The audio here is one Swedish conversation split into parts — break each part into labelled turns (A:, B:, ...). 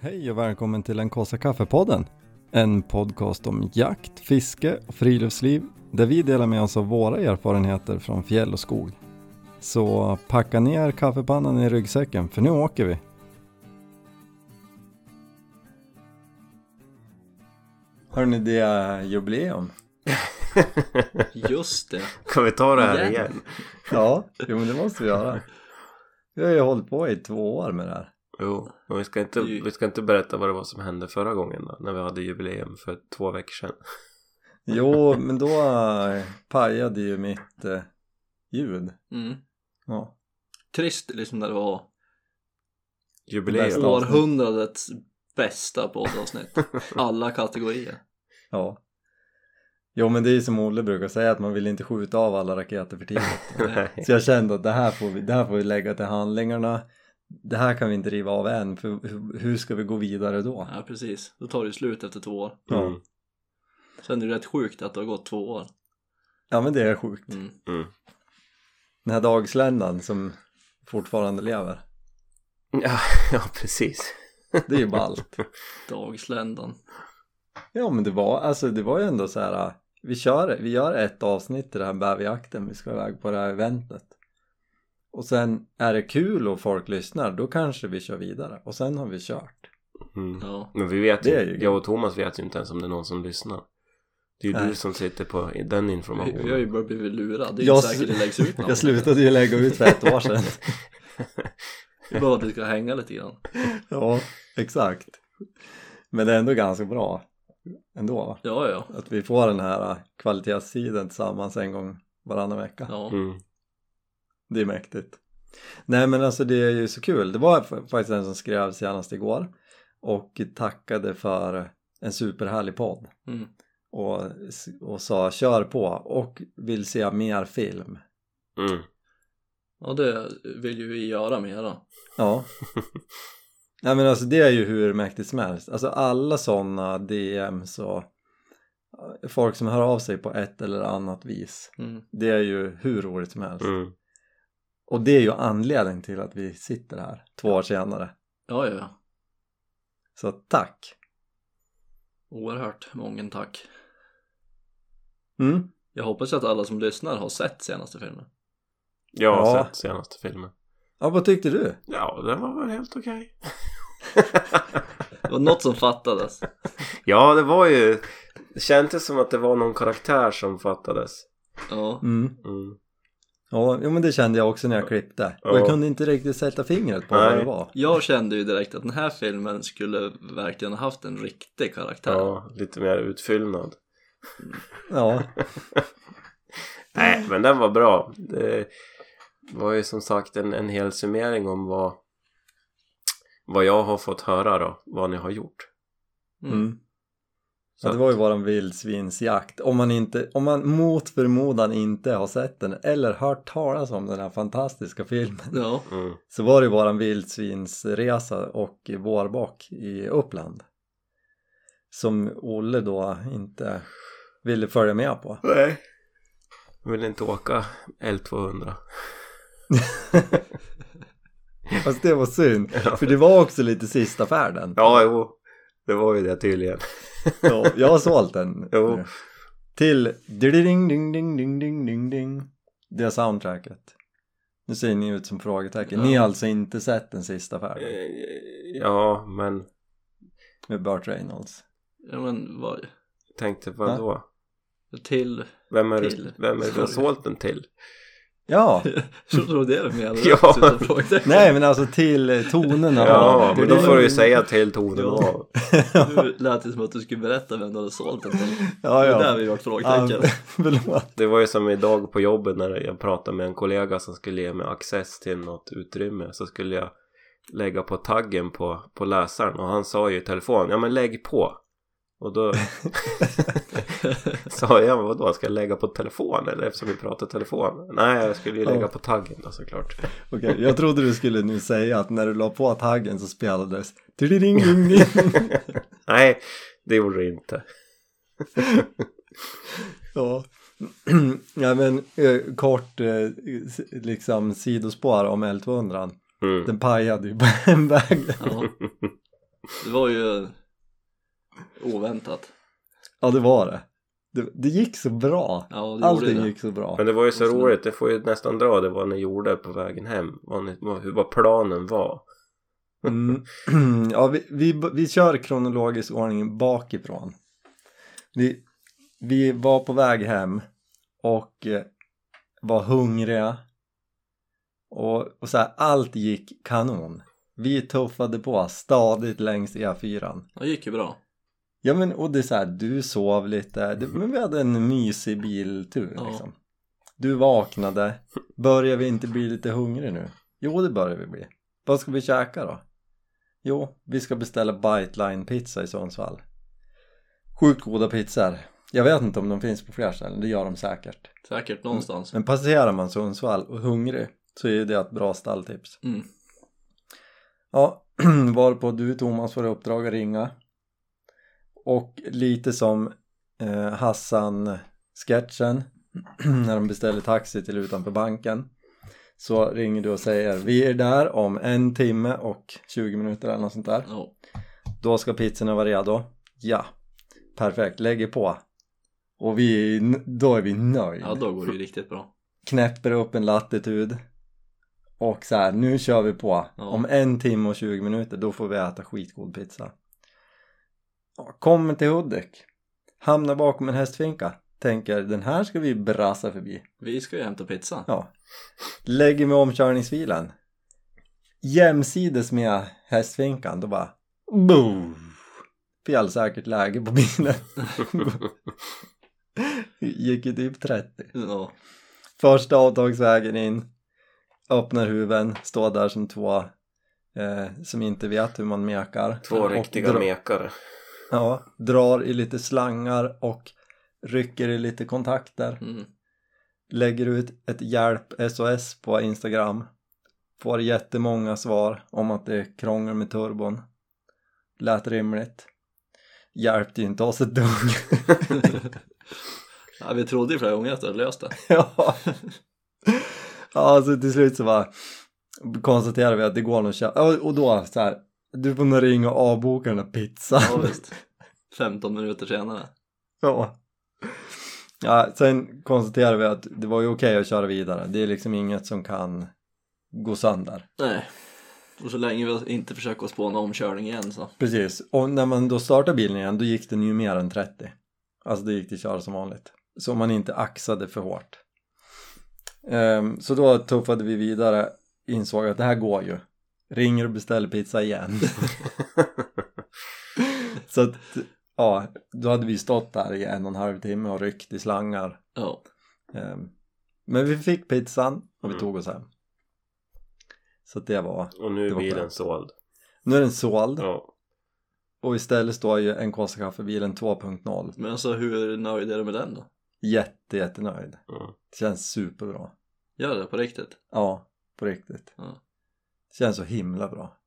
A: Hej och välkommen till den kaffe kaffepodden. En podcast om jakt, fiske och friluftsliv där vi delar med oss av våra erfarenheter från fjäll och skog. Så packa ner kaffepannan i ryggsäcken för nu åker vi. Hörni, det är jubileum.
B: Just det.
C: Kan vi ta det här
B: Igen?
C: igen?
A: Ja, jo men det måste vi göra. Vi har ju hållit på i två år med det här.
C: Jo, men vi ska, inte, vi ska inte berätta vad det var som hände förra gången då, när vi hade jubileum för två veckor sedan.
A: Jo, men då eh, pajade ju mitt eh, ljud.
B: Mm.
A: Ja.
B: Trist liksom när det var
A: Bästa
C: Jubileum.
A: av- avsnitt.
B: århundradets bästa poddavsnitt. Alla kategorier.
A: Ja. Jo men det är ju som Olle brukar säga att man vill inte skjuta av alla raketer för tidigt.
C: Nej.
A: Så jag kände att det här får vi, det här får vi lägga till handlingarna. Det här kan vi inte riva av än för hu- hur ska vi gå vidare då?
B: Ja precis, då tar det ju slut efter två år.
C: Mm.
B: Sen är det rätt sjukt att det har gått två år.
A: Ja men det är sjukt.
B: Mm.
C: Mm.
A: Den här dagsländan som fortfarande lever.
C: Ja, ja, precis.
A: Det är ju ballt.
B: Dagsländan.
A: Ja men det var, alltså det var ju ändå så här. äh, Vi kör, vi gör ett avsnitt i den här bäverjakten, vi ska iväg på det här eventet. Och sen är det kul och folk lyssnar, då kanske vi kör vidare. Och sen har vi kört.
C: Mm.
B: Ja.
C: Men vi vet
A: Det är
C: ju,
A: ju-
C: jag och Thomas vet ju inte ens om det är någon som lyssnar. Det är ju
A: Nej.
C: du som sitter på i den
B: Vi,
C: informationen.
B: vi har ju bara blivit lurade. Det är
A: Jag
B: inte
A: s-
B: säkert det läggs ut någon.
A: Jag slutade ju lägga ut för ett år sedan.
B: Det är bara att det ska hänga lite grann.
A: ja, exakt. Men det är ändå ganska bra ändå. va?
B: Ja, ja.
A: Att vi får den här äh, kvalitetstiden tillsammans en gång varannan vecka.
B: Ja,
C: Mm.
A: Det är mäktigt. Nej men alltså det är ju så kul. Det var fa- faktiskt en som skrev senast igår och tackade för en superhärlig podd
B: mm.
A: och, s- och sa kör på och vill se mer film.
C: Mm.
B: ja det vill ju vi göra mera.
A: Ja. Nej men alltså det är ju hur mäktigt som helst. Alltså alla sådana DMs och eh, folk som hör av sig på ett eller annat vis.
B: Mm.
A: Det är ju hur roligt som helst.
C: Mm.
A: Och det är ju anledningen till att vi sitter här två år senare.
B: Ja, ja, ja.
A: Så tack!
B: Oerhört många tack.
A: Mm.
B: Jag hoppas att alla som lyssnar har sett senaste filmen.
C: Jag har
A: Ja.
C: sett senaste filmen.
A: Ja, vad tyckte du?
C: Ja, den var väl helt okej.
B: Det var något som fattades.
C: ja, det var ju... Det kändes som att det var någon karaktär som fattades.
B: Ja,
A: Mm.
C: Mm.
A: Ja, jo, men det kände jag också när jag klippte. Och jag
C: Ja.
A: kunde inte riktigt sätta fingret på vad
C: Nej.
A: det var.
B: jag kände ju direkt att den här filmen skulle verkligen ha haft en riktig karaktär.
C: Ja, lite mer utfyllnad.
A: Ja,
C: Nej, men den var bra. Det var ju som sagt en, en hel summering om vad, vad jag har fått höra då, vad ni har gjort.
B: Mm.
A: mm. ja det var ju våran vildsvinsjakt. Om man, inte, om man mot förmodan inte har sett den eller hört talas om den här fantastiska filmen
B: Ja,
C: Mm,
A: så var det våran vildsvinsresa och vårbock i Uppland som Olle då inte ville följa med på
C: Nej. Jag vill inte åka L200.
A: fast det var synd för det var också lite sista färden
C: Ja, jo. Det var ju det tydligen.
A: ja, jag har sålt den
C: Jo.
A: nu. till ding ding ding ding ding ding ding det soundtracket nu ser ni ut som frågetecken ni har alltså inte sett den sista färden
C: Eh, Ja, men
A: med Burt Reynolds
B: ja men vad,
C: tänkte vadå?
B: till...
C: Vem är,
B: Till.
C: du, vem är det du har sålt den till?
A: ja
B: Så tror det du menade?
C: Ja.
B: Utan frågetecken.
A: nej men alltså till tonerna
C: Ja,
A: av-
C: men då får du ju säga till tonen
B: Ja.
C: av.
B: Nu lät det som att du skulle berätta vem du hade sålt den till.
A: ja, ja.
B: Det där vi vart frågetecken.
A: Ah, förlåt.
C: Det var ju som idag på jobbet när jag pratade med en kollega som skulle ge mig access till något utrymme så skulle jag lägga på taggen på, på läsaren och han sa ju i telefon ja men lägg på och då sa jag vadå ska jag lägga på telefon eller eftersom vi pratar telefon nej jag skulle ju lägga på taggen då såklart
A: Okej, jag trodde du skulle nu säga att när du la på taggen så spelades Tididing, ding, ding.
C: nej det gjorde det inte
A: ja. ja men eh, kort eh, s- liksom sidospår om L200
C: mm.
A: den pajade ju på hemvägen
B: Ja, Det var ju oväntat.
A: Ja, det var det. Det, det gick så bra.
B: Ja, det gjorde
A: Allting
B: det.
A: gick så bra.
C: Men det var ju så
B: Och sen-
C: roligt, det får ju nästan dra det vad ni gjorde på vägen hem. Vad, ni, vad, hur- vad planen var.
A: Mm. Ja, vi, vi, vi kör kronologisk ordning bakifrån. Vi, vi var på väg hem och eh, var hungriga. Och, och så här, allt gick kanon. Vi tuffade på stadigt längs E E4.
B: Det gick ju bra.
A: Ja men och det är så här, du sov lite, det, men vi hade en mysig biltur
B: Ja.
A: liksom. Du vaknade, börjar vi inte bli lite hungrig nu? Jo det börjar vi bli. Vad ska vi käka då? Jo, vi ska beställa Bite Line pizza i Sundsvall. Sjukt goda pizzor. Jag vet inte om de finns på fler ställen, det gör de säkert.
B: Säkert någonstans.
A: Men passerar man Sundsvall och är hungrig så är det ett bra stalltips.
B: Mm.
A: Ja, varpå du Thomas får i uppdrag att ringa. Och lite som eh, Hassan-sketchen när de beställer taxi till utanför banken så ringer du och säger vi är där om en timme och 20 minuter eller något sånt där.
B: Ja.
A: Då ska pizzorna vara redo. Ja, perfekt, lägger på. Och vi, då är vi nöjda
B: ja, då går det ju riktigt bra.
A: knäpper upp en latitud och så här, nu kör vi på.
B: Ja.
A: Om en timme och 20 minuter, då får vi äta skitgod pizza. Ja, Kommer till Hudik, hamnar bakom en hästfinka, tänker den här ska vi brassa förbi.
B: Vi ska ju hämta pizza.
A: Ja. Lägger mig i omkörningsfilen. Jämsides med hästfinkan, då bara boom! Felsäkert läge på bilen. Gick ju typ 30
B: Ja.
A: första avtagsvägen in öppnar huven, står där som två eh, som inte vet hur man mekar
C: Två
A: Och
C: riktiga
A: dra-
C: mekare.
A: ja, drar i lite slangar och rycker i lite kontakter
B: Mm.
A: lägger ut ett hjälp SOS på Instagram får jättemånga svar om att det är krångel med turbon lät rimligt hjälpte ju inte oss ett dugg
B: ja. Vi trodde ju flera gånger att det hade löst det.
A: Ja. Alltså till slut så bara konstaterade vi att det går nog att köpa. Ja, Och då så här, du får nog ringa och avboka den där pizzan.
B: Ja, visst. 15 minuter senare.
A: Ja. ja. Sen konstaterade vi att det var ju okej att köra vidare. Det är liksom inget som kan gå sönder.
B: Nej. Och så länge vi inte försöker oss på en omkörning igen så.
A: Precis. Och när man då startade bilen igen då gick den ju mer än 30. Alltså det gick till köra som vanligt. Så om man inte axade för hårt. Ehm, så då tuffade vi vidare. Insåg att det här går ju. Ringer och beställer pizza igen. så att ja, då hade vi stått där i en och en halv timme och ryckt i slangar.
B: Ja.
A: Ehm, men vi fick pizzan och vi
C: Mm.
A: tog oss hem. Så att det var.
C: Och nu
A: Det
C: är
A: var
C: bilen
A: skönt.
C: såld.
A: Nu är den såld
C: Ja.
A: och istället står ju en kaffe kaffebilen 2.0.
B: Men alltså hur nöjd är du med den då?
A: Jätte, jättenöjd.
C: Mm.
A: Känns superbra.
B: Gör det på riktigt?
A: Ja, på riktigt.
B: Ja.
A: Känns så himla bra.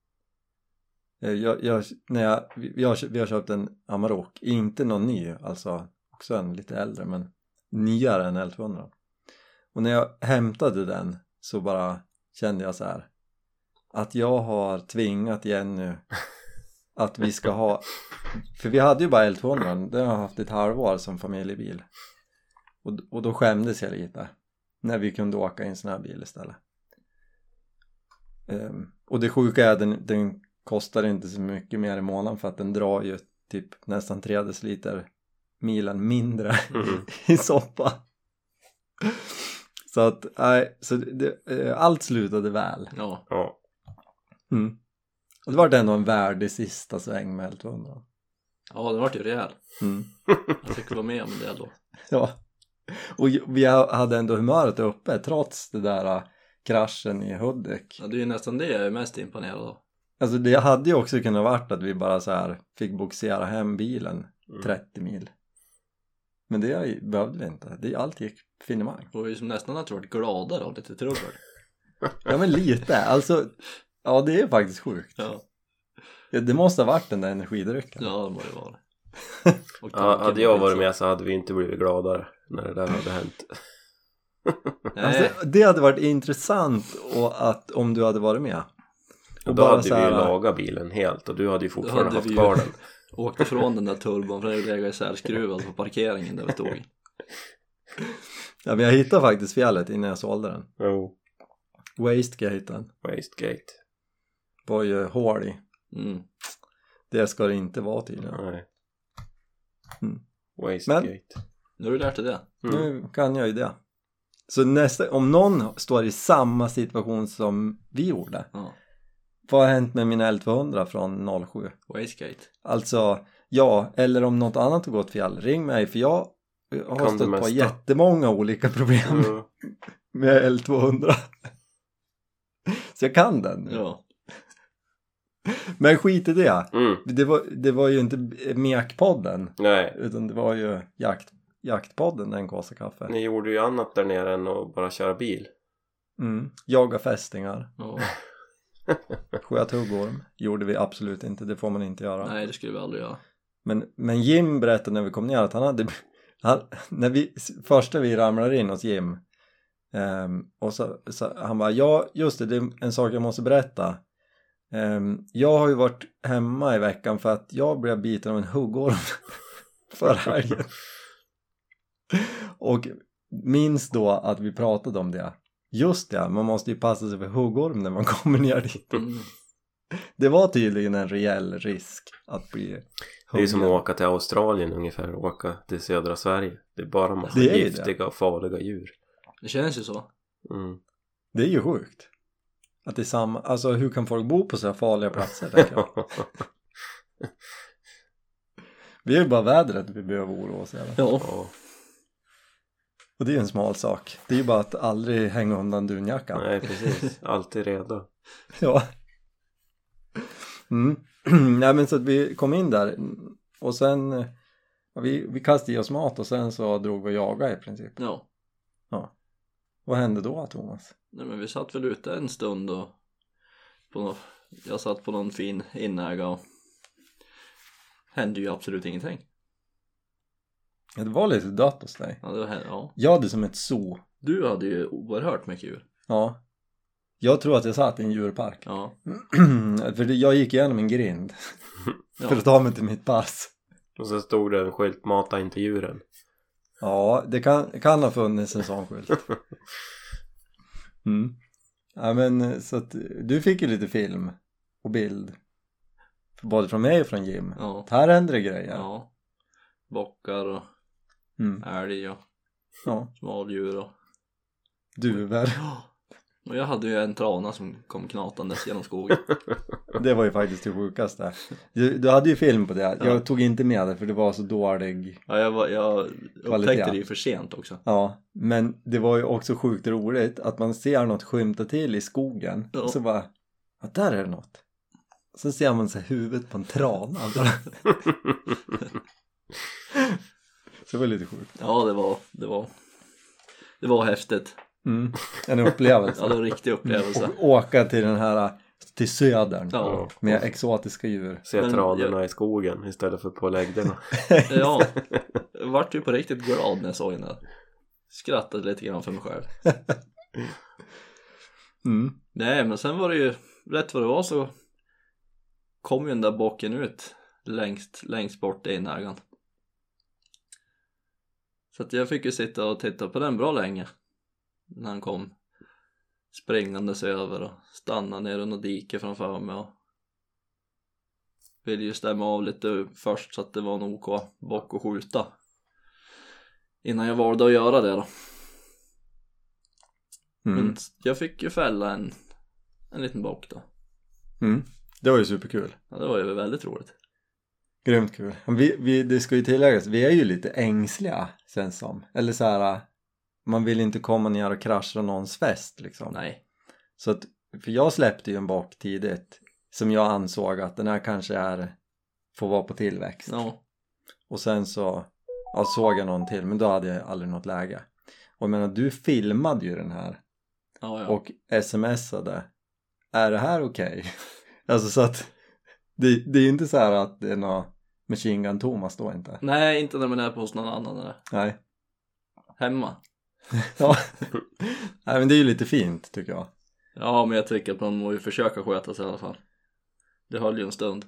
A: Eh, Jag, jag, när jag, vi, vi har, kö- vi har köpt en Amarok, inte någon ny, alltså också en lite äldre men nyare än L200. Och när jag hämtade den så bara kände jag så här att jag har tvingat Jenny att vi ska ha för vi hade ju bara L200, den har jag haft ett halvår som familjebil och, och då skämdes jag lite när vi kunde åka i en sån här bil istället Ehm, och det sjuka är att den, den kostar inte så mycket mer i månaden för att den drar ju typ nästan 3 deciliter milen mindre
C: Mm.
A: i soppa så att, nej, så det, eh, allt slutade väl
B: Ja.
C: ja.
A: mm. och det var ändå en värdig sista sväng med L200
B: Ja, den vart ju rejäl.
A: mm.
B: Jag fick vara med om det då.
A: Ja. Och ju- vi ha- hade ändå humöret uppe trots det där äh, kraschen i Hudik.
B: Ja, det är ju nästan det jag är mest imponerad av.
A: Alltså det hade ju också kunnat varit att vi bara så här fick boxera hem bilen
C: Mm.
A: 30 mil. Men det behövde vi inte. Det, allt gick finemang.
B: Och vi som nästan hade varit gladare av lite trubbel.
A: Ja men lite. Alltså, ja det är faktiskt sjukt.
B: Ja,
A: Ja, det måste ha varit den där energidrycken.
B: ja det må det vara. Och
C: ja. Hade jag varit
B: tanken
C: med så hade vi inte blivit gladare när det där hade hänt.
B: på pizza. Nej,
A: Alltså, det hade varit intressant och att, om du hade varit med.
C: Och
A: Och
C: då
A: bara
C: hade
A: så
C: vi ju
A: här-
C: lagat bilen helt och du hade ju fortfarande
B: hade vi
C: haft
B: ju.
C: kvar den.
B: Åkte från den där turbon för den låg isärskruvad på parkeringen där vi stod.
A: Ja, men jag hittade faktiskt fjället innan jag sålde den.
C: Jo,
A: Wastegaten
C: wastegate.
A: var ju hål i.
B: Mm.
A: Det ska det inte vara tydligen.
C: Nej.
A: Mm.
C: Wastegate.
B: Nu har du lärt dig det.
C: Mm.
A: Nu kan jag ju det. Så nästa, om någon står i samma situation som vi gjorde.
B: Ja.
A: Vad har hänt med min L200 från 07?
B: Wastegate.
A: Alltså, ja, eller om något annat har gått fel, ring mig för jag har
C: Kan det
A: stött på
C: mesta.
A: jättemånga olika problem
C: Mm.
A: med L200. Så jag kan den.
B: Ja.
A: Men skit i det.
C: Mm.
A: Det var, det var ju inte MEK-podden
C: Nej,
A: utan det var ju jakt, jaktpodden den kostade kaffe.
C: ni gjorde ju annat där nere än att bara köra bil.
A: Mm. Jaga fästingar,
B: ja.
A: sköt huggorm gjorde vi absolut inte, det får man inte göra.
B: Nej, det skulle vi aldrig göra.
A: Men, men Jim berättade när vi kom ner att han hade han, när vi, första vi ramlar in hos Jim ehm, och så, så han bara ja just det, det är en sak jag måste berätta Ehm, jag har ju varit hemma i veckan för att jag blev biten av en huggorm förra helgen och minns då att vi pratade om det just det, man måste ju passa sig för huggorm när man kommer ner dit
B: Mm.
A: det var tydligen en rejäl risk att bli
C: Det är ju som att
A: huggen.
C: åka till Australien ungefär, och åka till södra Sverige. Det är bara massa
A: Det är ju det.
C: giftiga och farliga djur.
B: Det känns ju så.
C: Mm.
A: Det är ju sjukt. Att det är samma, alltså hur kan folk bo på så här farliga platser? tänker jag. Vi är ju bara vädret vi behöver oroa oss över.
B: Ja.
C: Ja.
A: Och det är ju en smal sak. Det är ju bara att aldrig hänga undan dunjackan.
C: Nej, precis. Alltid redo.
A: Ja. Mm. Nej men så att vi kom in där och sen ja, vi, vi kastade i oss mat och sen så drog vi och jagade i princip.
B: ja.
A: Vad hände då Thomas?
B: Nej, men vi satt väl ute en stund och på nå- jag satt på någon fin inäga och hände ju absolut ingenting.
A: Ja, det var lite dött hos dig.
B: Ja, det var, ja.
A: Jag hade som ett zoo.
B: Du hade ju oerhört mycket djur.
A: Ja. Jag tror att jag satt i en djurpark.
B: Ja.
A: För det- jag gick igenom en grind
B: Ja.
A: för att ta mig till mitt pass.
C: Och så stod det en skylt Mata inte djuren.
A: Ja, det kan, kan ha funnits en sån skylt. Mm. Ja, men eh, så att du fick ju lite film och bild. Både från mig och från Jim.
B: Ja.
A: Att Här händer det grejer.
B: ja. Bockar och
A: Mm.
B: älg och
A: ja.
B: smaldjur och...
A: Duvor.
B: Och jag hade ju en trana som kom knatandes genom skogen.
A: Det var ju faktiskt det sjukaste. Du, du hade ju film på det.
B: Ja.
A: Jag tog inte med det för det var så dålig.
B: Ja, jag, var, jag
A: Kvalitet.
B: upptäckte det ju för sent också.
A: Ja, men det var ju också sjukt roligt att man ser något skymta till i skogen
B: Ja.
A: och så bara, ja där är det något. Så ser man så här huvudet på en trana. så det var lite sjukt.
B: Ja, det var... Det var, det var häftigt.
A: Mm. En upplevelse.
B: Ja, det var en riktig upplevelse.
A: Och åka till den här, till södern
B: Ja.
A: med exotiska djur.
C: Se
B: Men
C: tranorna i skogen istället för på lägderna.
B: Ja, jag vart ju på riktigt glad när jag såg den där. Skrattade lite grann för mig själv.
A: Mm.
B: Nej, men sen var det ju rätt vad det var så kom ju den där bocken ut längst, längst bort i inägan. Så att jag fick ju sitta och titta på den bra länge när han kom springandes över och stannade ner under dike framför mig och ville ju stämma av lite först så att det var en OK bock att skjuta innan jag valde att göra det då.
A: Mm.
B: Men jag fick ju fälla en, en liten bock då.
A: Mm. Det var ju superkul.
B: Ja, det var ju väldigt roligt.
A: Grymt kul. Vi, vi, det ska ju tilläggas, vi är ju lite ängsliga känns som. Eller så här, man vill inte komma ner och krascha någons fest liksom.
B: Nej.
A: Så att, för jag släppte ju en bak tidigt som jag ansåg att den här kanske är, får vara på tillväxt.
B: Ja.
A: Och sen så ja, såg jag någon till men då hade jag aldrig något läge. Och jag menar, du filmade ju den här
B: Ja, ja.
A: och smsade är det här okej? alltså så att det, det är ju inte så här att det är något Machine Gun Thomas då inte.
B: Nej, inte när man är på hos någon annan. Där.
A: Nej.
B: Hemma.
A: Ja. Nej men det är ju lite fint tycker jag.
B: Ja, men jag tycker att man må ju försöka sköta sig i alla fall. Det höll ju en stund.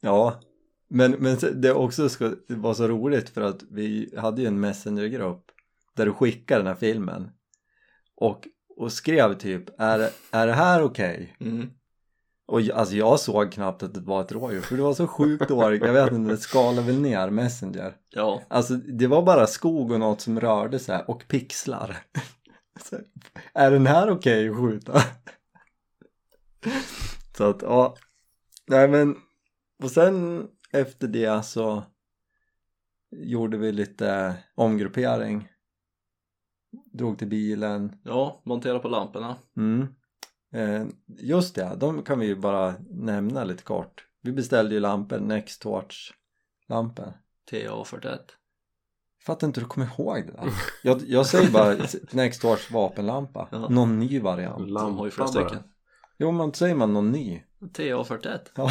A: Ja, men, men det också ska vara så roligt för att vi hade ju en messengergrupp där du skickade den här filmen och, och skrev typ är, är det här okej?
B: Mm.
A: Och jag, alltså jag såg knappt att det var ett rådjur för det var så sjukt dåligt, jag vet inte, det skalade väl ner messenger
B: Ja,
A: Alltså det var bara skog och något som rörde sig och pixlar. Så, är den här okej att skjuta? Så att ja. Nej men. Och sen efter det så gjorde vi lite omgruppering. Drog till bilen.
B: ja, montera på lamporna.
A: Mm. Eh, just det, de kan vi ju bara nämna lite kort. Vi beställde ju lampor, Nextorch lampor.
B: TA41.
A: Fattar inte hur du kommer ihåg det där. Jag, jag säger bara Next Wars vapenlampa.
B: Ja.
A: Någon ny variant.
B: De har ju flera
C: bara.
B: stycken.
A: Jo men säger man någon ny.
B: TA41.
A: Ja.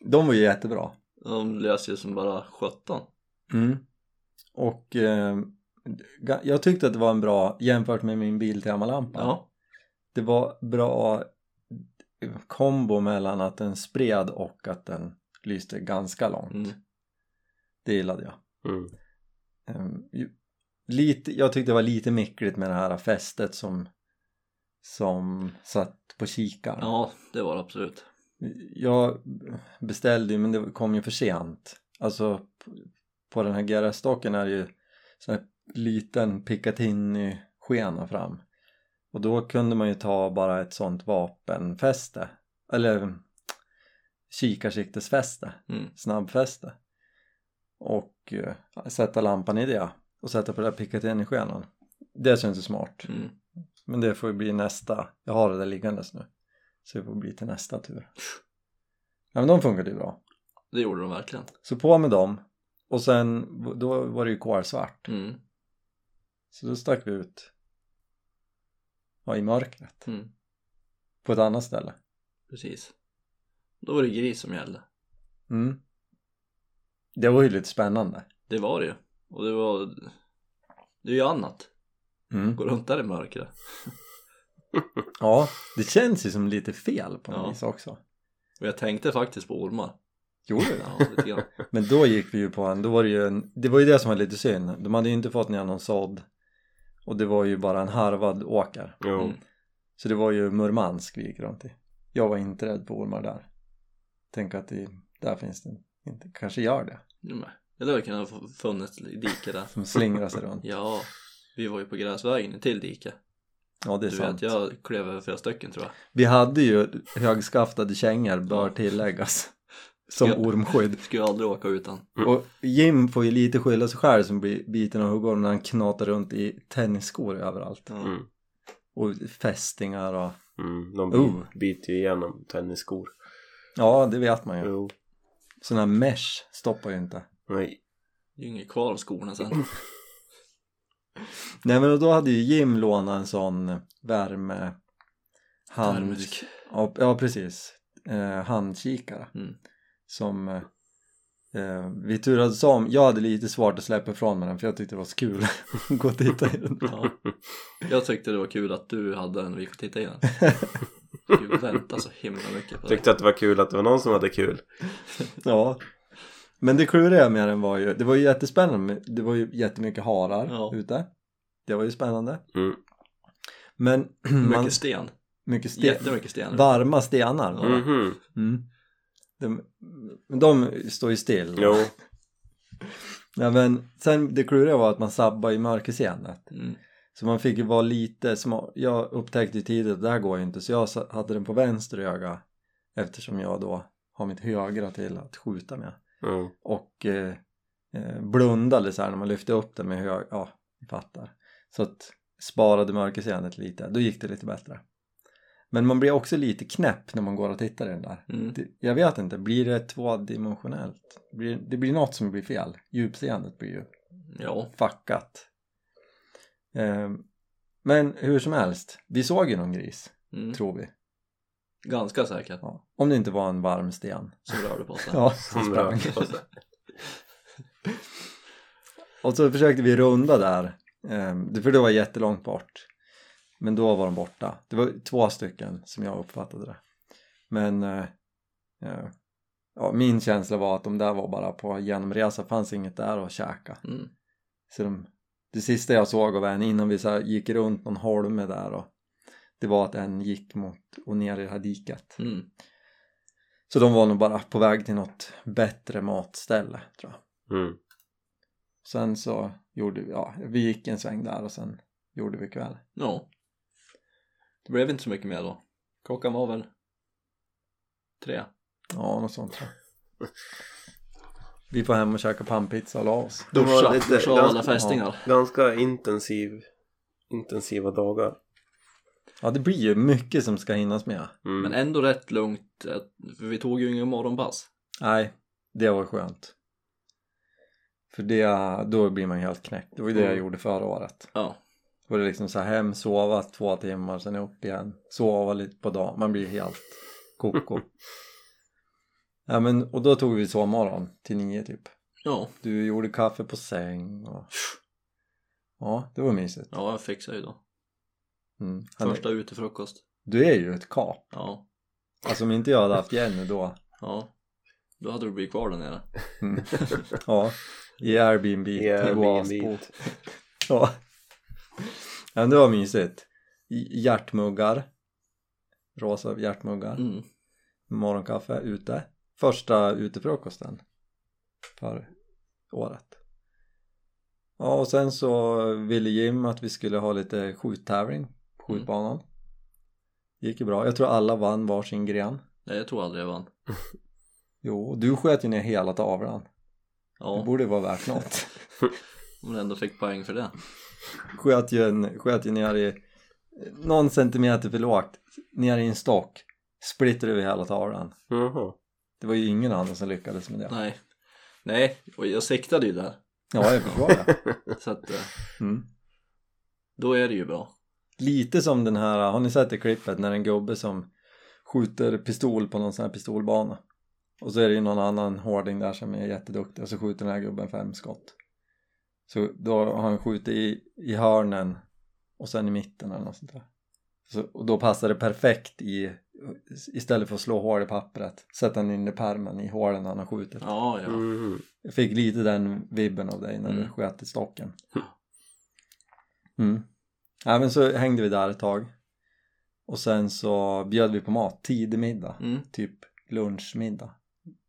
A: De var ju jättebra.
B: De löser ju som bara 17.
A: Mm. Och eh, ga- jag tyckte att det var en bra jämfört med min biltemalampa.
B: Ja,
A: Det var bra eh, kombo mellan att den spred och att den lyste ganska långt.
B: mm.
A: Det gillade jag.
C: Mm.
A: Ehm, ju- lite, jag tyckte det var lite mäckligt med det här fästet som, som satt på kikaren.
B: ja det var det absolut.
A: Jag beställde ju men det kom ju för sent. Alltså p- på den här GRS-stocken är det ju sån här liten Picatinny-skena fram. Och då kunde man ju ta bara ett sånt vapenfäste. Eller kikarsiktesfäste
B: Mm.
A: snabbfäste och eh, sätta lampan i det och sätta på det där Picatinny-skenan det känns ju smart
B: Mm.
A: men det får ju bli nästa jag har det där liggandes nu så det får bli till nästa tur ja men de funkade ju bra
B: Det gjorde de verkligen.
A: så på med dem och sen då var det ju kolsvart
B: Mm.
A: så då stack vi ut ja, i mörkret
B: Mm.
A: på ett annat ställe
B: Precis. Då var det gris som gällde.
A: mm. det var ju lite spännande
B: Det var det ju. Och det var... Det är ju annat.
A: mm.
B: Gå runt där i mörkret.
A: ja det känns ju som lite fel på något
B: Ja.
A: vis också
B: Och jag tänkte faktiskt på ormar.
A: gjorde du det?
B: Ja, lite grann.
A: Men då gick vi ju på en, då var det ju en, det var ju det som var lite synd. De hade ju inte fått ner någon sådd och det var ju bara en harvad åker.
C: Jo.
B: Mm.
A: Så det var ju Murmansk vi gick runt i. Jag var inte rädd på ormar där. Tänk att det, där finns det inte, kanske gör det.
B: Nu med. Eller det kan ha funnits i diket där.
A: Som slingrar sig runt.
B: Ja, vi var ju på gräsvägen till diket.
A: Ja det är
B: Du vet,
A: sant.
B: jag klev över flera stycken tror jag.
A: Vi hade ju högskaftade kängor bör
B: Ja.
A: tilläggas. Som
B: Ja.
A: ormskydd.
B: Skulle aldrig åka utan.
A: Och Jim får ju lite skylla sig själv som blir biten av huggormen när han knatar runt i tennisskor överallt.
B: Ja.
C: Mm.
A: Och fästingar och
C: Mm. De
A: Oh.
C: bit, biter ju igenom tennisskor.
A: Ja, det vet man ju.
C: Jo.
A: Sådana här mesh stoppar ju inte.
C: Nej.
B: Det är ju inget kvar av skorna sen.
A: Nej men då hade ju Jim lånat en sån eh, värme... Hand...
B: Termisk.
A: Ja, ja, precis. Eh, handkikare.
B: Mm.
A: Som eh, eh, vi turades om. Jag hade lite svårt att släppa ifrån mig den för jag tyckte det var så kul att gå och titta i den.
B: Ja. Jag tyckte det var kul att du hade den och vi fick titta i den. Du väntar så himla mycket på det.
C: Tyckte att det var kul att det var någon som hade kul.
A: Ja. Men det kluriga med den var ju, det var ju jättespännande. men Det var ju jättemycket harar
B: Ja.
A: ute. Det var ju spännande.
C: Mm.
A: Men man,
B: Mycket sten.
A: mycket sten.
B: Jättemycket sten.
A: Varma stenar.
B: Ja.
C: Mhm.
A: Mm. De, men de står ju still.
C: Jo.
A: Ja, men sen det kluriga var att man sabbar i mörkerscenet.
B: Mm.
A: Så man fick ju vara lite smart. Jag upptäckte ju tidigt att det här går ju inte så jag sa- hade den på vänster öga eftersom jag då har mitt högra till att skjuta med.
C: Jo.
A: Och eh, eh, blundade så här när man lyfte upp den med höger, ja, ni fattar. Så att sparade mörkerscenet lite, då gick det lite bättre. Men man blir också lite knäpp när man går och tittar i den där.
B: Mm.
A: Det, jag vet inte, blir det tvådimensionellt? Blir, det blir något som blir fel. Djupseendet blir ju
B: Ja.
A: fuckat. Ehm, men hur som helst, vi såg ju någon gris,
B: Mm.
A: tror vi.
B: Ganska säkert.
A: Ja. Om det inte var en varm sten.
B: Som rörde på sig.
A: Ja, som
C: Som
A: sprang.
C: rör på sig.
A: Och så försökte vi runda där, ehm, för det var jättelångt bort. Men då var de borta. Det var två stycken som jag uppfattade det. Men eh, eh, ja, min känsla var att de där var bara på genomresa, fanns inget där att käka.
B: Mm.
A: Så de, det sista jag såg av en innan vi så här gick runt någon holme där och det var att en gick mot och ner i det här diket.
B: Mm.
A: Så de var nog bara på väg till något bättre matställe tror jag.
C: Mm.
A: Sen så gjorde vi, ja, vi gick en sväng där och sen gjorde vi kväll.
B: Ja. Det blev inte så mycket mer då. Klockan var väl tre.
A: Ja, något sånt tror jag. Vi får hem och käka pannpizza och la oss.
C: De var
B: Duscha,
C: lite-
B: duscha
C: de-
B: av alla fästingar.
C: Ganska intensiv, intensiva dagar.
A: Ja, det blir ju mycket som ska hinnas med.
C: Mm.
B: Men ändå rätt lugnt, eh, för vi tog ju ingen morgonpass.
A: Nej, det var skönt. För det, då blir man helt knäckt. Det var ju det jag gjorde förra året.
B: Ja.
A: Då var det liksom så här hem, sova två timmar, sen upp igen. Sova lite på dagen. Man blir helt koko. ja, men, och då tog vi sovmorgon till nio typ.
B: Ja,
A: Du gjorde kaffe på säng och... Ja, det var mysigt.
B: ja jag fixade ju då.
A: Mm. Han är-
B: Första utefrukost.
A: Du är ju ett kap.
B: Ja,
A: Alltså om inte jag hade haft Jenny då.
B: ja. Då hade du blivit kvar där nere.
A: Mm. Ja, i Airbnb.
C: I
A: Det var asbo.
C: Airbnb.
A: Ja. ja, men det var mysigt. I- Hjärtmuggar. Rosa hjärtmuggar.
B: Mm.
A: Morgonkaffe ute. Första utefrukosten för året. Ja, och sen så ville Jim att vi skulle ha lite skjuttävling på
B: Mm.
A: skjutbanan. gick ju bra. Jag tror alla vann varsin gren.
B: Nej, jag tror aldrig jag vann.
A: Jo, och du sköt ju ner hela tavlan. Det
B: Ja,
A: borde vara värt något.
B: men ändå fick poäng för det.
A: sköt ju, en, sköt ju ner i någon centimeter för lågt ner i en stock splittrade över hela tavlan
C: Jaha.
A: det var ju ingen annan som lyckades med det
B: Nej. Nej, och jag siktade ju där.
A: ja jag förstår det
B: Så att eh,
A: mm.
B: då är det ju bra.
A: lite som den här har ni sett i klippet när en gubbe som skjuter pistol på någon sån här pistolbana och så är det ju någon annan hårding där som är jätteduktig och så skjuter den här gubben fem skott så då har han skjutit i, i hörnen och sen i mitten eller något sånt där så, och då passar det perfekt i istället för att slå hål i pappret sätta den in i pärmen i hålen han har skjutit
B: Ja, ja.
C: Mhm.
A: jag fick lite den vibben av dig när du
B: Mm.
A: sköt i stocken. Mm. Ja, men så hängde vi där ett tag. Och sen så bjöd vi på mat, tidig middag.
B: Mm.
A: Typ lunchmiddag.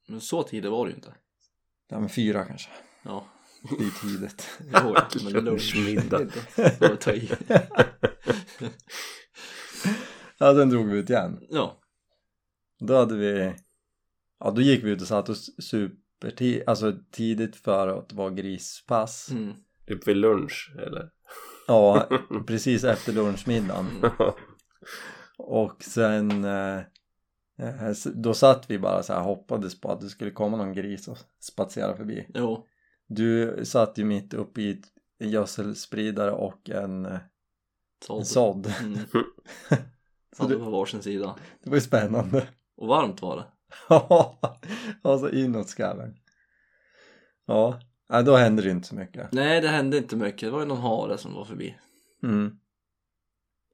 B: Men så tidigt var det ju inte.
A: Ja men fyra kanske.
B: Ja,
A: Det är tidigt.
B: jo, men lunchmiddag. Då tar jag i.
A: ja sen drog vi ut igen.
B: Ja,
A: Då hade vi... Ja då gick vi ut och satt oss supertidigt, alltså tidigt för att det var grispass.
B: mm.
C: Typ vid lunch eller?
A: Ja, precis efter lunchmiddagen.
C: Ja.
A: Och sen eh, eh, s- då satt vi bara så här hoppades på att det skulle komma någon gris och spatsera förbi.
B: jo,
A: Du satt ju mitt uppe i ett- en gödselspridare och en, eh, en
B: såld.
A: sådd.
B: Mm.
A: Så
B: Hade
A: det,
B: på varsin sida.
A: det var ju spännande.
B: Och varmt var det.
A: Ja, alltså inåt skallen. Ja, nej, då händer det ju inte så mycket.
B: Nej, det hände inte mycket. Det var ju någon hare som var förbi.
A: Mm.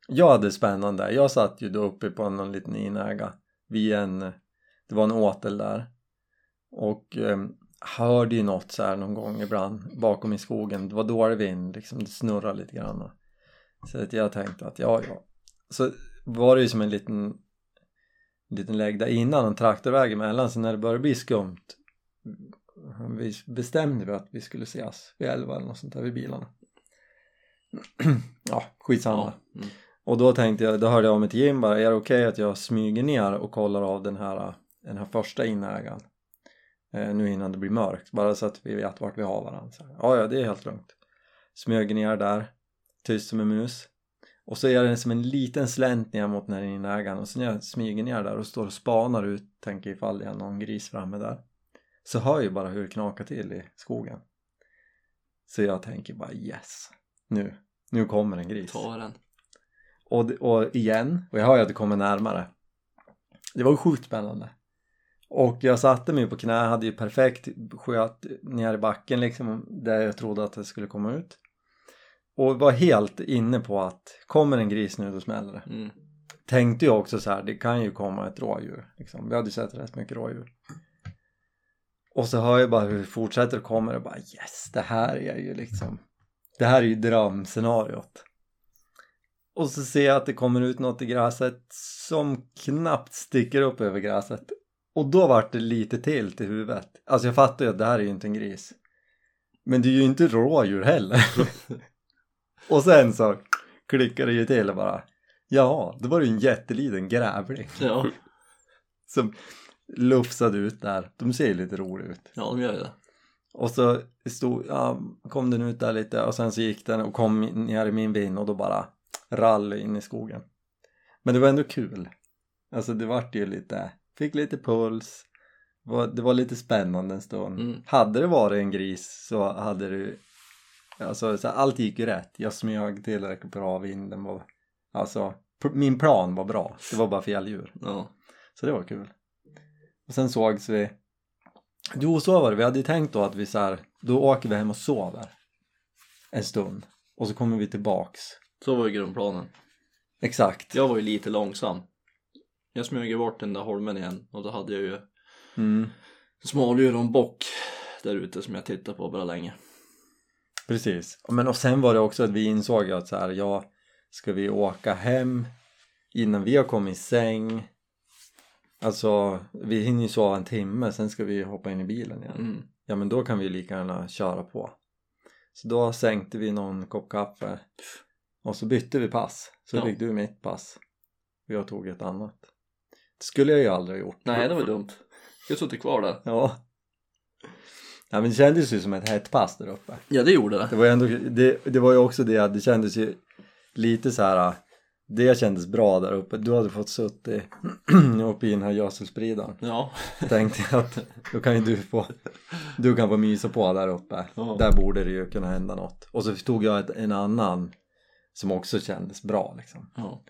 A: Jag hade spännande. Jag satt ju då uppe på någon liten inäga vid en, det var en åtel där och eh, hörde ju något så här någon gång ibland bakom i skogen. Det var dålig vind, liksom det snurrade lite grann. Så att jag tänkte att ja, ja. Så var det ju som en liten, liten lägg där innan, en traktorväg emellan. Så när det började bli skumt vi bestämde vi att vi skulle ses vid elva eller något sånt där vid bilarna. ja, skitsamma.
B: Ja. Mm.
A: Och då tänkte jag, då hörde jag av mig till Jim bara, är det okej att jag smyger ner och kollar av den här, den här första inägan? Eh, nu innan det blir mörkt, bara så att vi vet vart vi har varandra. Så här, Ja, ja, det är helt lugnt. Smög ner där, tyst som en mus. Och så är det som en liten slänt ner mot den här inägan och sen när jag smyger ner där och står och spanar ut, tänker ifall det är någon gris framme där. Så hör jag bara hur det knakar till i skogen. Så jag tänker bara yes, nu, nu kommer en gris
B: Ta den.
A: och, och igen och jag hör ju att det kommer närmare det var ju sjukt spännande och jag satte mig på knä, hade ju perfekt sköt ner i backen liksom där jag trodde att det skulle komma ut och var helt inne på att kommer en gris nu då smäller det.
B: Mm.
A: Tänkte jag också så här, det kan ju komma ett rådjur. Liksom. Vi hade ju sett rätt mycket rådjur. Och så hör jag bara hur det fortsätter och kommer och bara yes, det här är ju liksom, det här är ju drömscenariot. Och så ser jag att det kommer ut något i gräset som knappt sticker upp över gräset. Och då vart det lite till till huvudet. Alltså jag fattar ju att det här är ju inte en gris. Men det är ju inte rådjur heller. och sen så klickar det ju till och bara. Ja, då var det ju en jätteliten grävling
B: Ja,
A: som lufsade ut där. De ser ju lite roliga ut.
B: ja, de gör ju det.
A: Och så stod, ja, kom den ut där lite och sen så gick den och kom ner i min vin och då bara rall in i skogen. Men det var ändå kul. Alltså det vart ju lite, fick lite puls. Var- Det var lite spännande en stund.
B: Mm.
A: Hade det varit en gris så hade det alltså så här, allt gick ju rätt. Jag smög tillräckligt bra, vinden var, alltså pr- min plan var bra. Det var bara fel djur.
B: Ja,
A: Så det var kul. Och sen sågs vi. Jo, så var det. Vi hade ju tänkt då att vi så här, då åker vi hem och sover en stund och så kommer vi tillbaks.
B: så var ju grundplanen.
A: Exakt.
B: Jag var ju lite långsam. Jag smög ju bort den där holmen igen och då hade jag ju
A: Mm,
B: smaldjur och en bock där ute som jag tittade på bara länge.
A: precis. Men och sen var det också att vi insåg ju att så här, ja, ska vi åka hem innan vi har kommit i säng? Alltså, vi hinner ju sova en timme, sen ska vi hoppa in i bilen igen.
B: Mm.
A: ja men då kan vi lika gärna köra på så då sänkte vi någon kopp kaffe och så bytte vi pass så
B: Ja.
A: fick du mitt pass och jag tog ett annat det skulle jag ju aldrig ha gjort
B: Nej, det var ju dumt. Jag suttit kvar där.
A: ja ja men det kändes ju som ett hett pass där uppe
B: Ja, det gjorde det.
A: det var ju ändå det, det var ju också det att det kändes ju lite så här det kändes bra där uppe du hade fått suttit uppe i den här gödselspridaren
B: Ja,
A: tänkte jag att då kan ju du få du kan få mysa på där uppe
B: Ja.
A: där borde det ju kunna hända något och så tog jag ett, en annan som också kändes bra liksom
B: ja.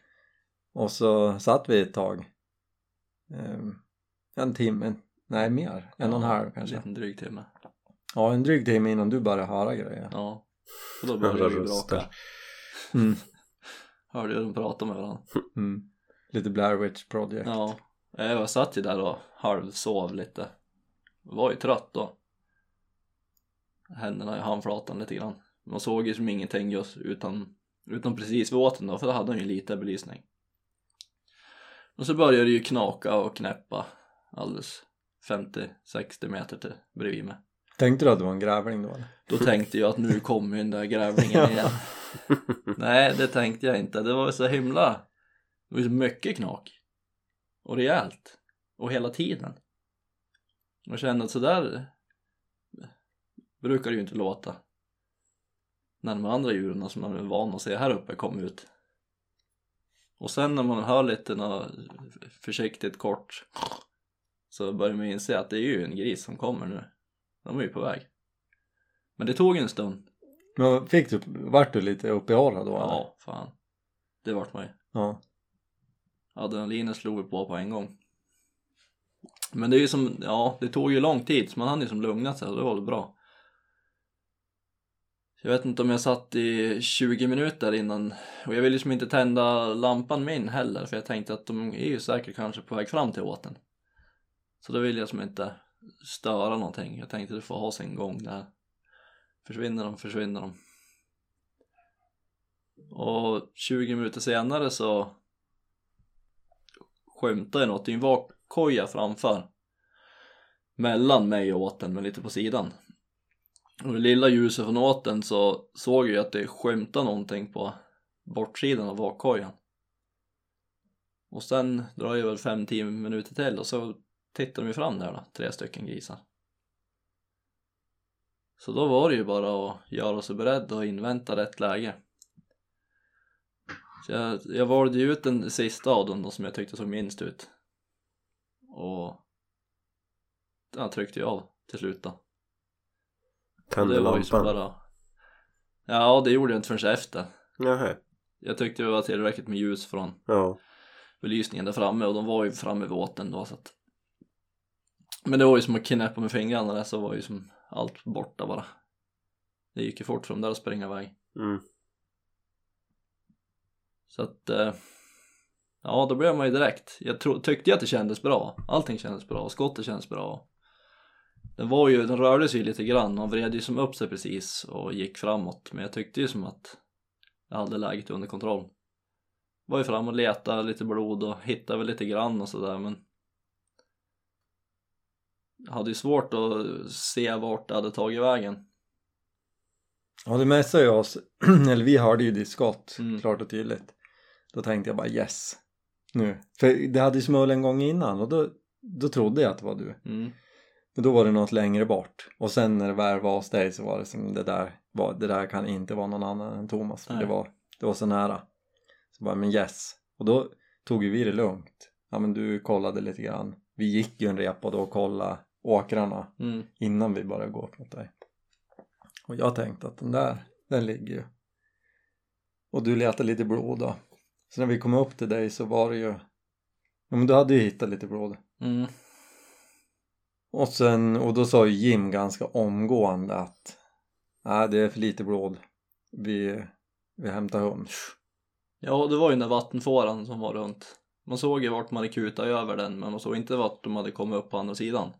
A: och så satt vi ett tag Ehm, en timme, nej mer, en och en halv
B: En
A: kanske
B: liten dryg timme.
A: ja en dryg timme innan du började höra grejer
B: Ja. Och då
C: Höra
B: började vi
C: röster.
B: bråka.
A: mm.
B: Hörde ju dem prata med varandra.
A: Mm. lite Blair Witch Project
B: Ja, Eh, jag satt ju där och halvsov lite. Var ju trött då. Händerna i handflatan lite grann. Man såg ju som ingenting just utan, utan precis vid åten då, för då hade han ju lite belysning. Och så började det ju knaka och knäppa alldeles 50-60 meter till bredvid mig.
A: tänkte du att det var en grävling då eller?
B: Då tänkte jag att nu kommer ju den där grävlingen igen. Nej, det tänkte jag inte. Det var så himla... Det var ju så mycket knak. Och rejält. Och hela tiden. Och kände att sådär brukar det ju inte låta. När de andra djuren som man är van att se här uppe kom ut. Och sen när man hör lite nå- försiktigt kort så börjar man inse att det är ju en gris som kommer nu. De är ju på väg. Men det tog en stund.
A: men fick du, vart du lite uppe i horra då eller?
B: Ja, fan. Det vart man ju.
A: ja
B: Adrenalinet slog ju på på en gång. Men det är ju som, ja det tog ju lång tid så man hann ju som lugnat sig och det var väl bra. Jag vet inte om jag satt i 20 minuter innan och jag ville ju som inte tända lampan min heller för jag tänkte att de är ju säkert kanske på väg fram till åten. Så då ville jag som inte störa någonting. Jag tänkte det får ha sin gång där. Försvinner de, försvinner de. Och 20 minuter senare så skymtade jag något. Det är en vakkoja framför. Mellan mig och åten, men lite på sidan. Och det lilla ljuset från åten så såg jag att det skymtade någonting på bortsidan av vakkojan. Och sen drar jag väl 5-10 minuter till och så tittar de ju fram där då, tre stycken grisar. Så då var det ju bara att göra sig beredd och invänta rätt läge. Så jag, jag valde ju ut den sista av dem då som jag tyckte såg minst ut. Och ja, tryckte jag av till slut då. Och
C: Tände
B: det var ju så
C: lampan.
B: bara... Ja, det gjorde jag inte förrän efter.
C: Nähä.
B: Jag tyckte det var tillräckligt med ljus från
C: Ja.
B: belysningen där framme och de var ju framme vid åten då så att... Men det var ju som att knäppa med fingrarna där så var ju som allt borta bara. Det gick ju fort för dem där att springa iväg.
C: Mm.
B: Så att eh, ja, då blev man ju direkt. Jag tro, tyckte ju att det kändes bra. Allting kändes bra, skottet kändes bra. Den var ju, den rörde sig ju lite grann och vred ju som upp sig precis och gick framåt. Men jag tyckte ju som att jag hade läget under kontroll. Var ju fram och letade lite blod och hittade väl lite grann och sådär men jag hade ju svårt att se vart det hade tagit vägen.
A: Ja, det mesta ju oss, eller vi hörde ju ditt skott
B: Mm.
A: klart och tydligt. Då tänkte jag bara yes, nu. För det hade ju smull en gång innan och då, då trodde jag att det var du.
B: Mm.
A: Men då var det något längre bort. Och sen när det väl var hos dig så var det som det där, var, det där kan inte vara någon annan än Thomas. För
B: Nej.
A: det var, det var så nära. Så bara, men yes. Och då tog ju vi det lugnt. Ja men du kollade lite grann. Vi gick ju en repa då och kollade åkrarna
B: Mm.
A: innan vi började gå upp mot dig. Och jag tänkte att den där, den ligger ju. Och du letade lite blod då. Så när vi kom upp till dig så var det ju, ja men du hade ju hittat lite blod.
B: Mm.
A: Och sen, och då sa ju Jim ganska omgående att nej det är för lite blod. Vi, vi hämtar hund.
B: Ja, det var ju den där vattenfåran som var runt. Man såg ju vart man hade kutat över den men man såg inte vart de hade kommit upp på andra sidan.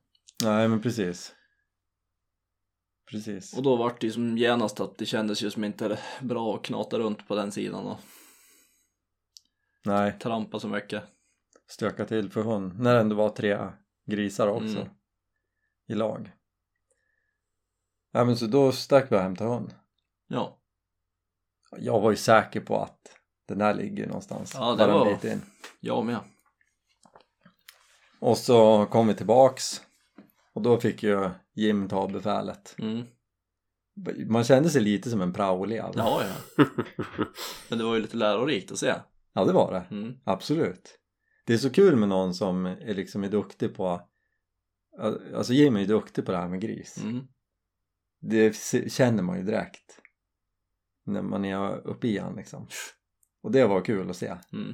A: Nej men precis. Precis.
B: Och då var det ju som genast att det kändes ju som inte bra att knata runt på den sidan och
A: Nej,
B: trampa så mycket.
A: stöka till för hund. När det ändå var tre grisar också.
B: Mm.
A: I lag. Nej men så då stack vi och hämtade hund.
B: Ja,
A: Jag var ju säker på att den där ligger någonstans.
B: Ja, det
A: bara en
B: var-
A: bit in.
B: jag med.
A: Och så kom vi tillbaks. Och då fick ju Jim ta befälet.
B: Mm.
A: Man kände sig lite som en alltså. praoelev.
B: Det har jag. Men det var ju lite lärorikt att se.
A: ja, det var det.
B: Mm.
A: Absolut. Det är så kul med någon som är liksom är duktig på... Alltså Jim är ju duktig på det här med gris.
B: Mm.
A: Det se- känner man ju direkt. När man är uppe i han liksom. Och det var kul att se.
B: Mm.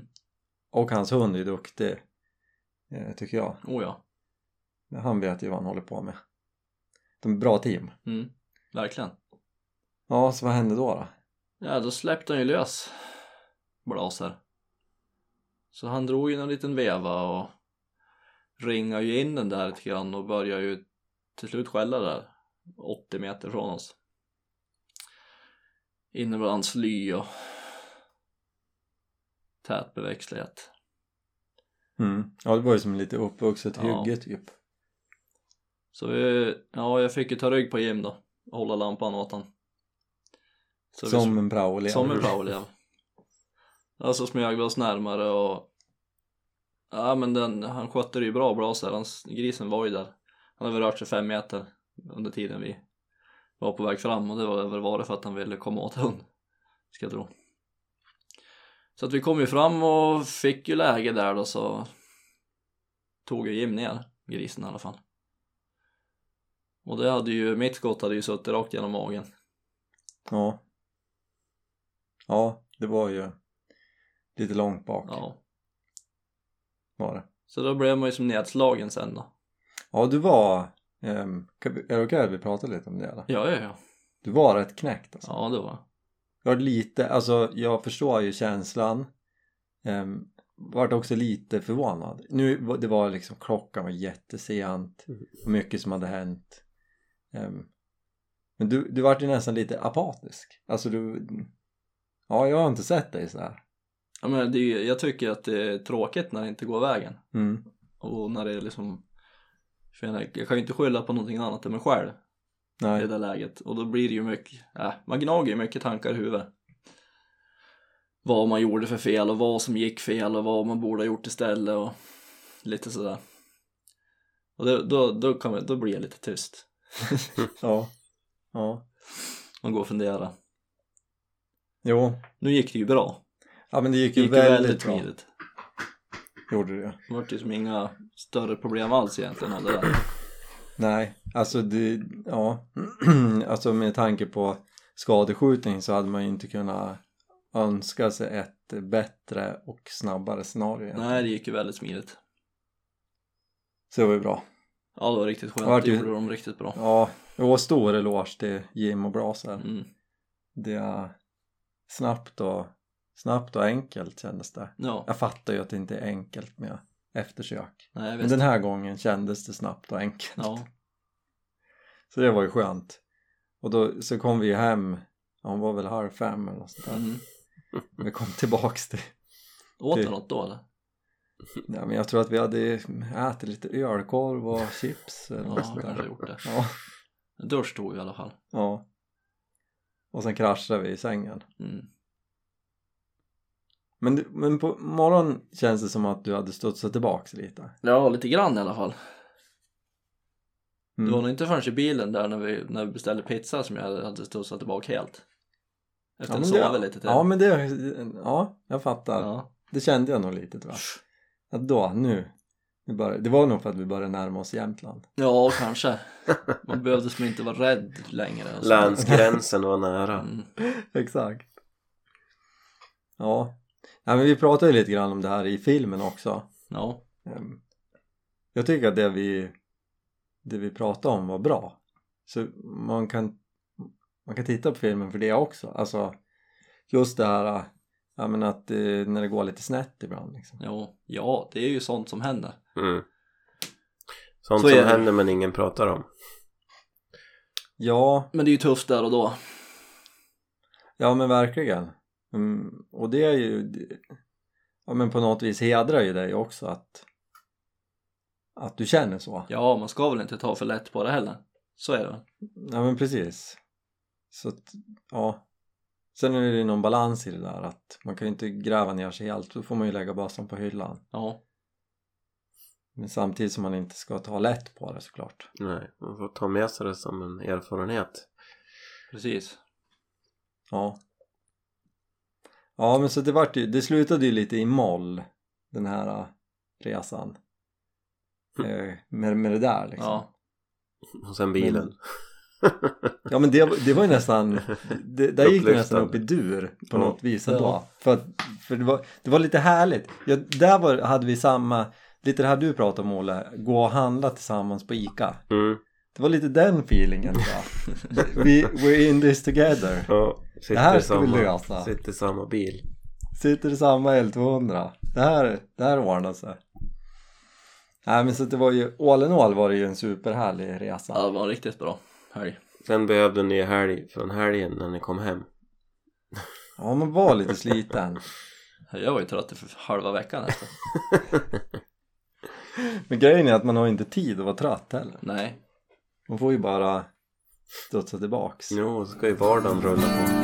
A: Och hans hund är ju duktig. eh, Tycker jag.
B: Oh ja.
A: Han vet ju vad han håller på med. De är bra team.
B: Mm. Verkligen.
A: Ja, så vad hände då då?
B: Ja, då släppte han ju lös Blaser. Så han drog ju en liten veva och ringade ju in den där lite grann och började ju till slut skälla där 80 meter från oss. Inne bland hans ly och tät beväxtlighet.
A: Mm. Ja, det var ju som lite uppvuxet
B: Ja.
A: hygge typ.
B: Så vi, ja, jag fick ju ta rygg på Jim då och hålla lampan åt han. Så vi
A: Som en praoelev.
B: Som en Powell ja. Så smög vi oss närmare och ja men den, han skötte det ju bra Blaser, hans, grisen var ju där. Han hade väl rört sig fem meter under tiden vi var på väg fram och det var väl bara för att han ville komma åt hund, ska jag tro. Så att vi kom ju fram och fick ju läge där då så tog ju Jim ner grisen i alla fall. Och det hade ju, mitt skott hade ju suttit rakt genom magen.
A: Ja. Ja, det var ju lite långt bak
B: Ja.
A: var det.
B: Så då blev man ju som nedslagen sen då. Ja,
A: Ja, du var... ehm, kan vi- är det okej att vi pratar lite om det eller?
B: ja, ja.
A: Du var rätt knäckt alltså.
B: Ja, det var jag.
A: Jag var lite, alltså jag förstår ju känslan. Um, vart också lite förvånad. Nu, var- det var liksom klockan var jättesent
C: Mm.
A: och mycket som hade hänt. Ehm, men du, du vart ju nästan lite apatisk. Alltså du... Ja, jag har inte sett dig så här.
B: Ja, men det är, ju- jag tycker att det är tråkigt när det inte går vägen.
A: Mm.
B: Och när det är liksom... För jag, menar, jag kan ju inte skylla på någonting annat än mig själv i det
A: Nej.
B: där läget. Och då blir det ju mycket... Äh, man gnager ju mycket tankar i huvudet. Vad man gjorde för fel och vad som gick fel och vad man borde ha gjort istället och lite sådär. Och det, då, då, kan man, då blir jag lite tyst.
A: Ja. Ja.
B: Man går och funderar.
A: Jo.
B: Nu gick det ju bra.
A: Ja men det gick
B: Det
A: ju
B: gick ju
A: väldigt,
B: väldigt
A: bra.
B: smidigt.
A: Gjorde det ju.
B: Det var ju som inga större problem alls egentligen av det där.
A: Nej, alltså det, ja. alltså med tanke på skadeskjutning så hade man ju inte kunnat önska sig ett bättre och snabbare scenario. egentligen.
B: Nej, det gick ju väldigt smidigt.
A: Så det var ju bra.
B: Ja, det var riktigt
A: Det var
B: skönt. Det
A: ju-
B: gjorde de riktigt bra.
A: Ja, och stor eloge till Jim och Braser.
B: Mm.
A: Det är snabbt och Snabbt och enkelt kändes det.
B: Ja,
A: Jag fattar ju att det inte är enkelt med eftersök.
B: nej
A: Men
B: visst.
A: den här gången kändes det snabbt och enkelt.
B: Ja,
A: Så det var ju skönt. Och då så kom vi hem, ja, hon var väl halv fem eller något sånt där.
B: mm.
A: Vi kom tillbaks till,
B: Åt
A: Det-
B: du något då eller?
A: nej men jag tror att vi hade ätit lite ölkorv och chips eller
B: Ja,
A: något sånt
B: jag kanske
A: där.
B: gjort det.
A: Ja,
B: En dusch tog vi i alla fall.
A: ja. Och sen kraschade vi i sängen.
B: Mm.
A: Men, du- men på morgonen känns det som att du hade studsat tillbaks lite.
B: Ja, lite grann i alla fall.
A: Mm.
B: Det var nog inte förrän i bilen där när vi, när vi beställde pizza som jag hade studsat tillbaka helt. Efter att
A: men
B: ja,
A: det-
B: sova lite till.
A: Ja men det, ja jag fattar.
B: ja.
A: Det kände jag nog lite tror jag. Att då, nu. nu börjar- det var nog för att vi började närma oss Jämtland.
B: ja, kanske. Man behövde som inte vara rädd längre. och så.
C: Länsgränsen var nära.
B: Mm.
A: Exakt. Ja. Nej, men vi pratade ju lite grann om det här i filmen också.
B: Ja,
A: Ehm, Jag tycker att det vi, det vi pratade om var bra. Så man kan, man kan titta på filmen för det också. Alltså just det här äh, ja, men att eh, när det går lite snett ibland. Liksom.
B: ja, ja, det är ju sånt som händer.
C: Mm. Sånt
B: Så är
C: som
B: det.
C: händer men ingen pratar om.
A: Ja,
B: Men det är ju tufft där och då.
A: Ja men verkligen. Mm, och det är ju det- ja, men på något vis hedrar ju dig också att att du känner så.
B: Ja, man ska väl inte ta för lätt på det heller. Så är det väl.
A: Ja men precis. Så att, ja. Sen är det ju någon balans i det där att man kan ju inte gräva ner sig helt. Då får man ju lägga bössan på hyllan.
B: Ja,
A: Men samtidigt som man inte ska ta lätt på det såklart.
C: Nej, man får ta med sig det som en erfarenhet.
B: precis.
A: Ja. Ja men så det vart ju, det slutade ju lite i moll den här äh, resan. Eh, Med, med det där liksom.
B: Ja,
C: Och sen bilen.
A: Ja men det, det var ju nästan, det, där gick det nästan
C: Upplyftande.
A: upp i dur på
C: Ja.
A: något vis ändå.
B: Ja.
A: För, att, för det, var, det var lite härligt. Ja, där var, hade vi samma, lite det här du pratade om Olle, gå och handla tillsammans på ICA.
C: Mm.
A: Det var lite den feelingen tror jag. Vi, we're in this together.
C: Ja, sitter
A: här
C: i
A: ska vi
C: samma-
A: lösa.
C: Sitter i samma bil.
A: Sitter i samma L200. Det här, det här ordnar sig. Nej men så att det var ju, all in all var det ju en superhärlig resa.
B: ja det var en riktigt bra helg.
C: Sen behövde ni helg från helgen när ni kom hem.
A: Ja man var lite sliten.
B: Jag var ju trött i för halva veckan efter.
A: Men grejen är att man har inte tid att vara trött heller.
B: Nej,
A: Man får ju bara studsa tillbaks.
C: Jo, så ska ju vardagen rulla på.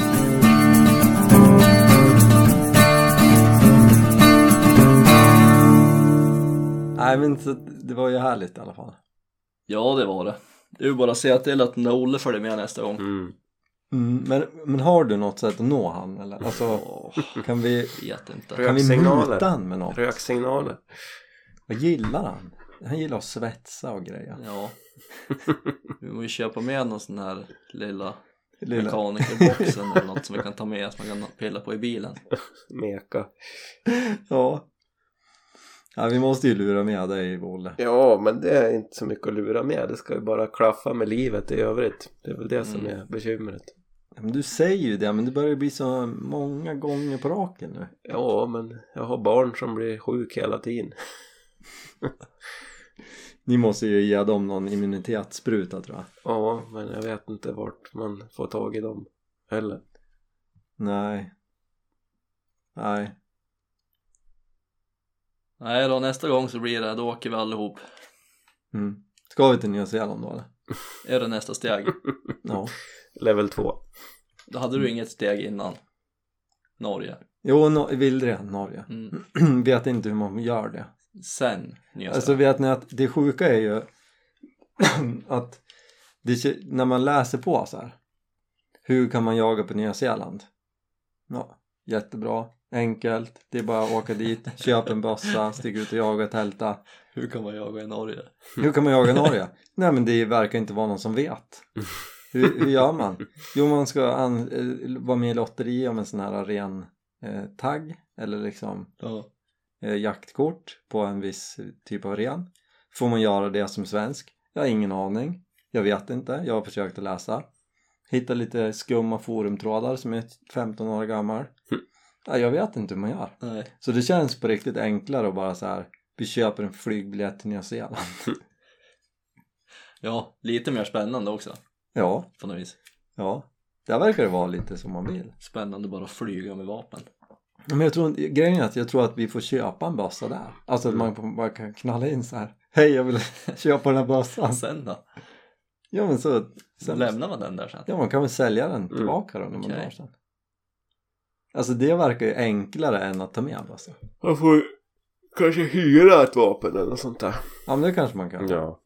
A: Nej men så, det var ju härligt i alla fall.
B: ja det var det. Det är ju bara att säga till att den där Olle följer med nästa gång.
C: Mm.
A: Mm, men, men har du något sätt att nå han eller? Alltså
B: Åh,
A: kan vi,
B: vet inte.
A: kan vi
C: Röksignaler.
A: muta han med något?
C: Röksignaler.
A: Vad gillar han? Han gillar att svetsa och grejer.
B: Ja. Vi måste ju köpa med någon sån här lilla
A: Lilla.
B: mekanikerboxen eller något som vi kan ta med som man kan pilla på i bilen.
C: Meka.
A: Ja. ja. Vi måste ju lura med dig Bolle.
C: Ja, men det är inte så mycket att lura med. Det ska ju bara klaffa med livet i övrigt. Det är väl det som
B: Mm.
C: är bekymret.
A: Ja, men du säger ju det men det börjar ju bli så många gånger på raken nu.
C: Ja, men jag har barn som blir sjuk hela tiden.
A: Ni måste ju ge dem någon immunitetsspruta tror jag.
C: Ja, men jag vet inte vart man får tag i dem heller.
A: Nej. Nej.
B: Nej då, nästa gång så blir det, då åker vi allihop.
A: Mm. Ska vi till Nya Zeeland då eller?
B: Är det nästa steg?
A: Ja.
C: Level 2.
B: Då hade
A: Mm.
B: du inget steg innan. Norge.
A: Jo, no Vildren, Norge.
B: Mm.
A: vet inte hur man gör det.
B: Sen Nya
A: Alltså
B: Zeeland.
A: vet ni att det sjuka är ju att det, ke- när man läser på så här. Hur kan man jaga på Nya Zeeland? Ja, jättebra, enkelt. Det är bara att åka dit, köpa en bössa, sticka ut och jaga, tälta.
B: Hur kan man jaga i Norge?
A: Hur kan man jaga Norge? Nej men det verkar inte vara någon som vet. Hur, hur gör man? Jo man ska an, eh, vara med i lotteri om en sån här ren eh, tagg eller liksom
B: Ja.
A: eh, jaktkort på en viss typ av ren. Får man göra det som svensk? Jag har ingen aning. Jag vet inte. Jag har försökt att läsa. Hitta lite skumma forumtrådar som är 15 år gammal. Ja, jag vet inte hur man gör.
B: Nej.
A: Så det känns på riktigt enklare att bara så här. Vi köper en flygbiljett till Nya Zeeland.
B: Ja, lite mer spännande också
A: Ja,
B: på något vis.
A: ja. Där verkar det vara lite som man vill.
B: Spännande bara att flyga med vapen.
A: Men jag tror, grejen är att jag tror att vi får köpa en bössa där. Alltså att man bara kan knalla in så här. Hej, jag vill köpa den här bössan.
B: Och sen då?
A: Ja, men så.
B: Sen lämnar man den där sen.
A: Ja, man kan väl sälja
C: Mm.
A: den tillbaka då när man
B: Okej.
A: drar sen. Alltså det verkar ju enklare än att ta med bössan.
C: Man får kanske hyra ett vapen eller något sånt där.
A: Ja, men det kanske man kan.
C: Ja.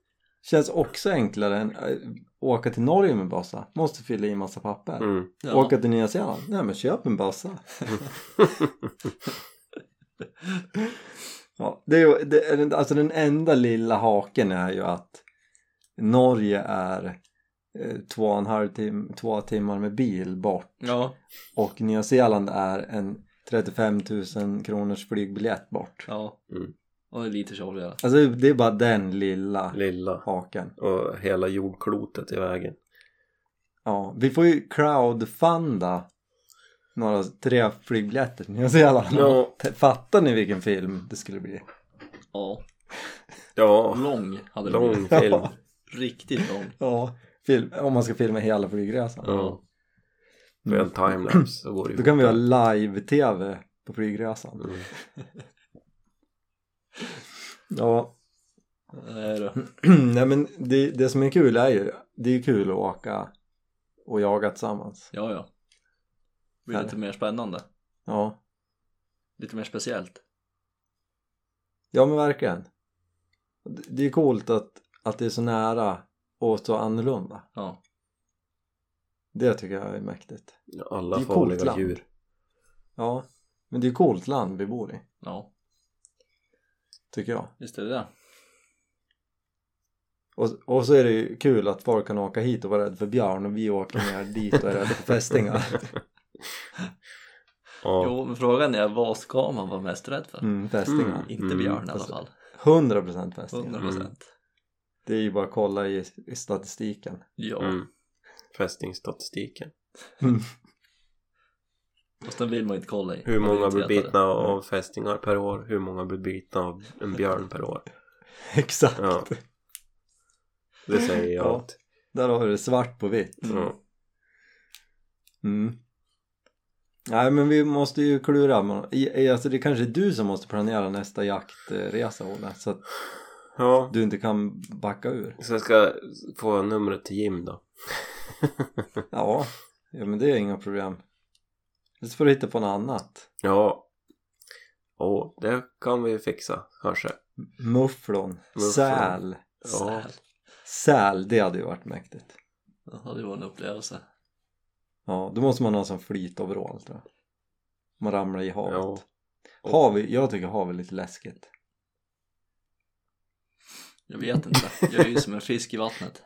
A: Känns också enklare än äh, åka till Norge med bössa. Måste fylla i massa papper.
C: Mm.
B: Ja.
A: Åka till Nya Zeeland? Nej men köp en bössa. ja, det är ju, det är, den- alltså den enda lilla haken är ju att Norge är eh, två och en halv tim, två timmar med bil bort
B: Ja,
A: och Nya Zeeland är en 35 000 kronors flygbiljett bort.
B: ja.
C: Mm.
B: Och det är lite tjorvigare.
A: Alltså det är bara den lilla
C: Lilla.
A: haken.
C: Och hela jordklotet i vägen.
A: Ja, vi får ju crowdfunda några tre flygbiljetter till Nya Zeeland.
C: Ja.
A: T- Fattar ni vilken film det skulle bli?
B: Ja,
C: Ja.
B: lång hade det
C: Lång
B: blivit.
C: film.
A: Ja.
B: Riktigt lång.
A: Ja, film, om man ska filma hela flygresan.
C: Ja. För en timelapse så går det ju
A: Då kan vi ha
C: fortare.
A: live-tv på flygresan.
C: Mm.
A: Ja,
B: Nej då.
A: Mm. nej men det, det som är kul är ju, det är ju kul att åka och jaga tillsammans.
B: Ja, ja. Det blir lite mer spännande.
A: Ja,
B: Lite mer speciellt.
A: ja men verkligen. Det- Det är coolt att, att det är så nära och så annorlunda.
B: Ja.
A: Det tycker jag är mäktigt.
C: Alla
A: Det är coolt
C: farliga
A: land.
C: djur.
A: Ja, men det är ett coolt land vi bor i,
B: Ja,
A: tycker jag.
B: visst är det det.
A: Och, och så är det ju kul att folk kan åka hit och vara rädd för björn och vi åker ner dit och är rädda för fästingar.
C: Ja.
B: Jo, men frågan är vad ska man vara mest rädd för?
A: Mm, fästingar.
C: Mm.
B: Inte björn i alla
A: Alltså,
B: fall.
A: 100% fästingar.
B: 100 procent.
A: Det är ju bara att kolla i, i statistiken.
B: Ja,
C: Mm. Fästingstatistiken.
B: och sen vill man ju inte kolla i.
C: Hur
B: Man vill
C: många
B: inte
C: blir
B: veta det.
C: bitna av fästingar per år? Hur många blir bitna av en björn per år?
A: Exakt.
C: Ja. Det säger jag.
A: Ja.
C: allt.
A: Där har du det svart på vitt.
C: Ja.
A: Mm. Nej men vi måste ju klura. med- i- i- Alltså det kanske är du som måste planera nästa jaktresa Olle. Så att
C: ja.
A: du inte kan backa ur.
C: Så jag ska få numret till Jim då.
A: Ja, ja men det är inga problem. Eller så får du hitta på något annat.
C: Ja. Åh, det kan vi ju fixa kanske.
A: Mufflon,
C: Mufflon.
A: säl.
C: Ja.
B: Säl.
A: Säl, det hade ju varit mäktigt.
B: Det hade ju varit en upplevelse.
A: Ja, då måste man ha en sån flytoverall tror jag. Man ramlar i havet.
C: Ja.
A: Hav, är- jag tycker hav är lite läskigt.
B: Jag vet inte. Jag är ju som en fisk i vattnet.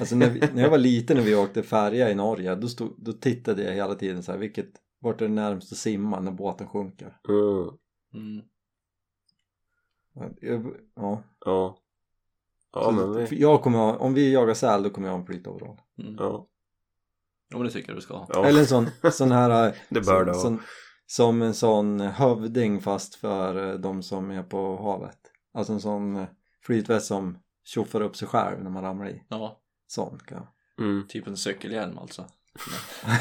A: Alltså när, vi, när jag var liten när vi åkte färja i Norge då, stod, då tittade jag hela tiden så här, vilket, vart är det närmst att simma när båten sjunker?
C: Mm.
B: Mm.
A: Jag, ja.
C: Ja. Ja,
A: Så
C: men vi...
A: för jag kommer, ha- om vi jagar säl då kommer jag ha en flytoverall.
B: Mm. Ja.
C: Ja.
B: men det tycker jag du ska ha.
C: ja.
A: Eller en sån, sån här...
C: Det bör du
A: sån, sån,
C: ha.
A: Som en sån hövding fast för eh, de som är på havet. Alltså en sån eh, flytväst som tjoffar upp sig själv när man ramlar i.
B: Ja,
A: Sån kan jag.
C: Mm.
B: typ en cykelhjälm alltså.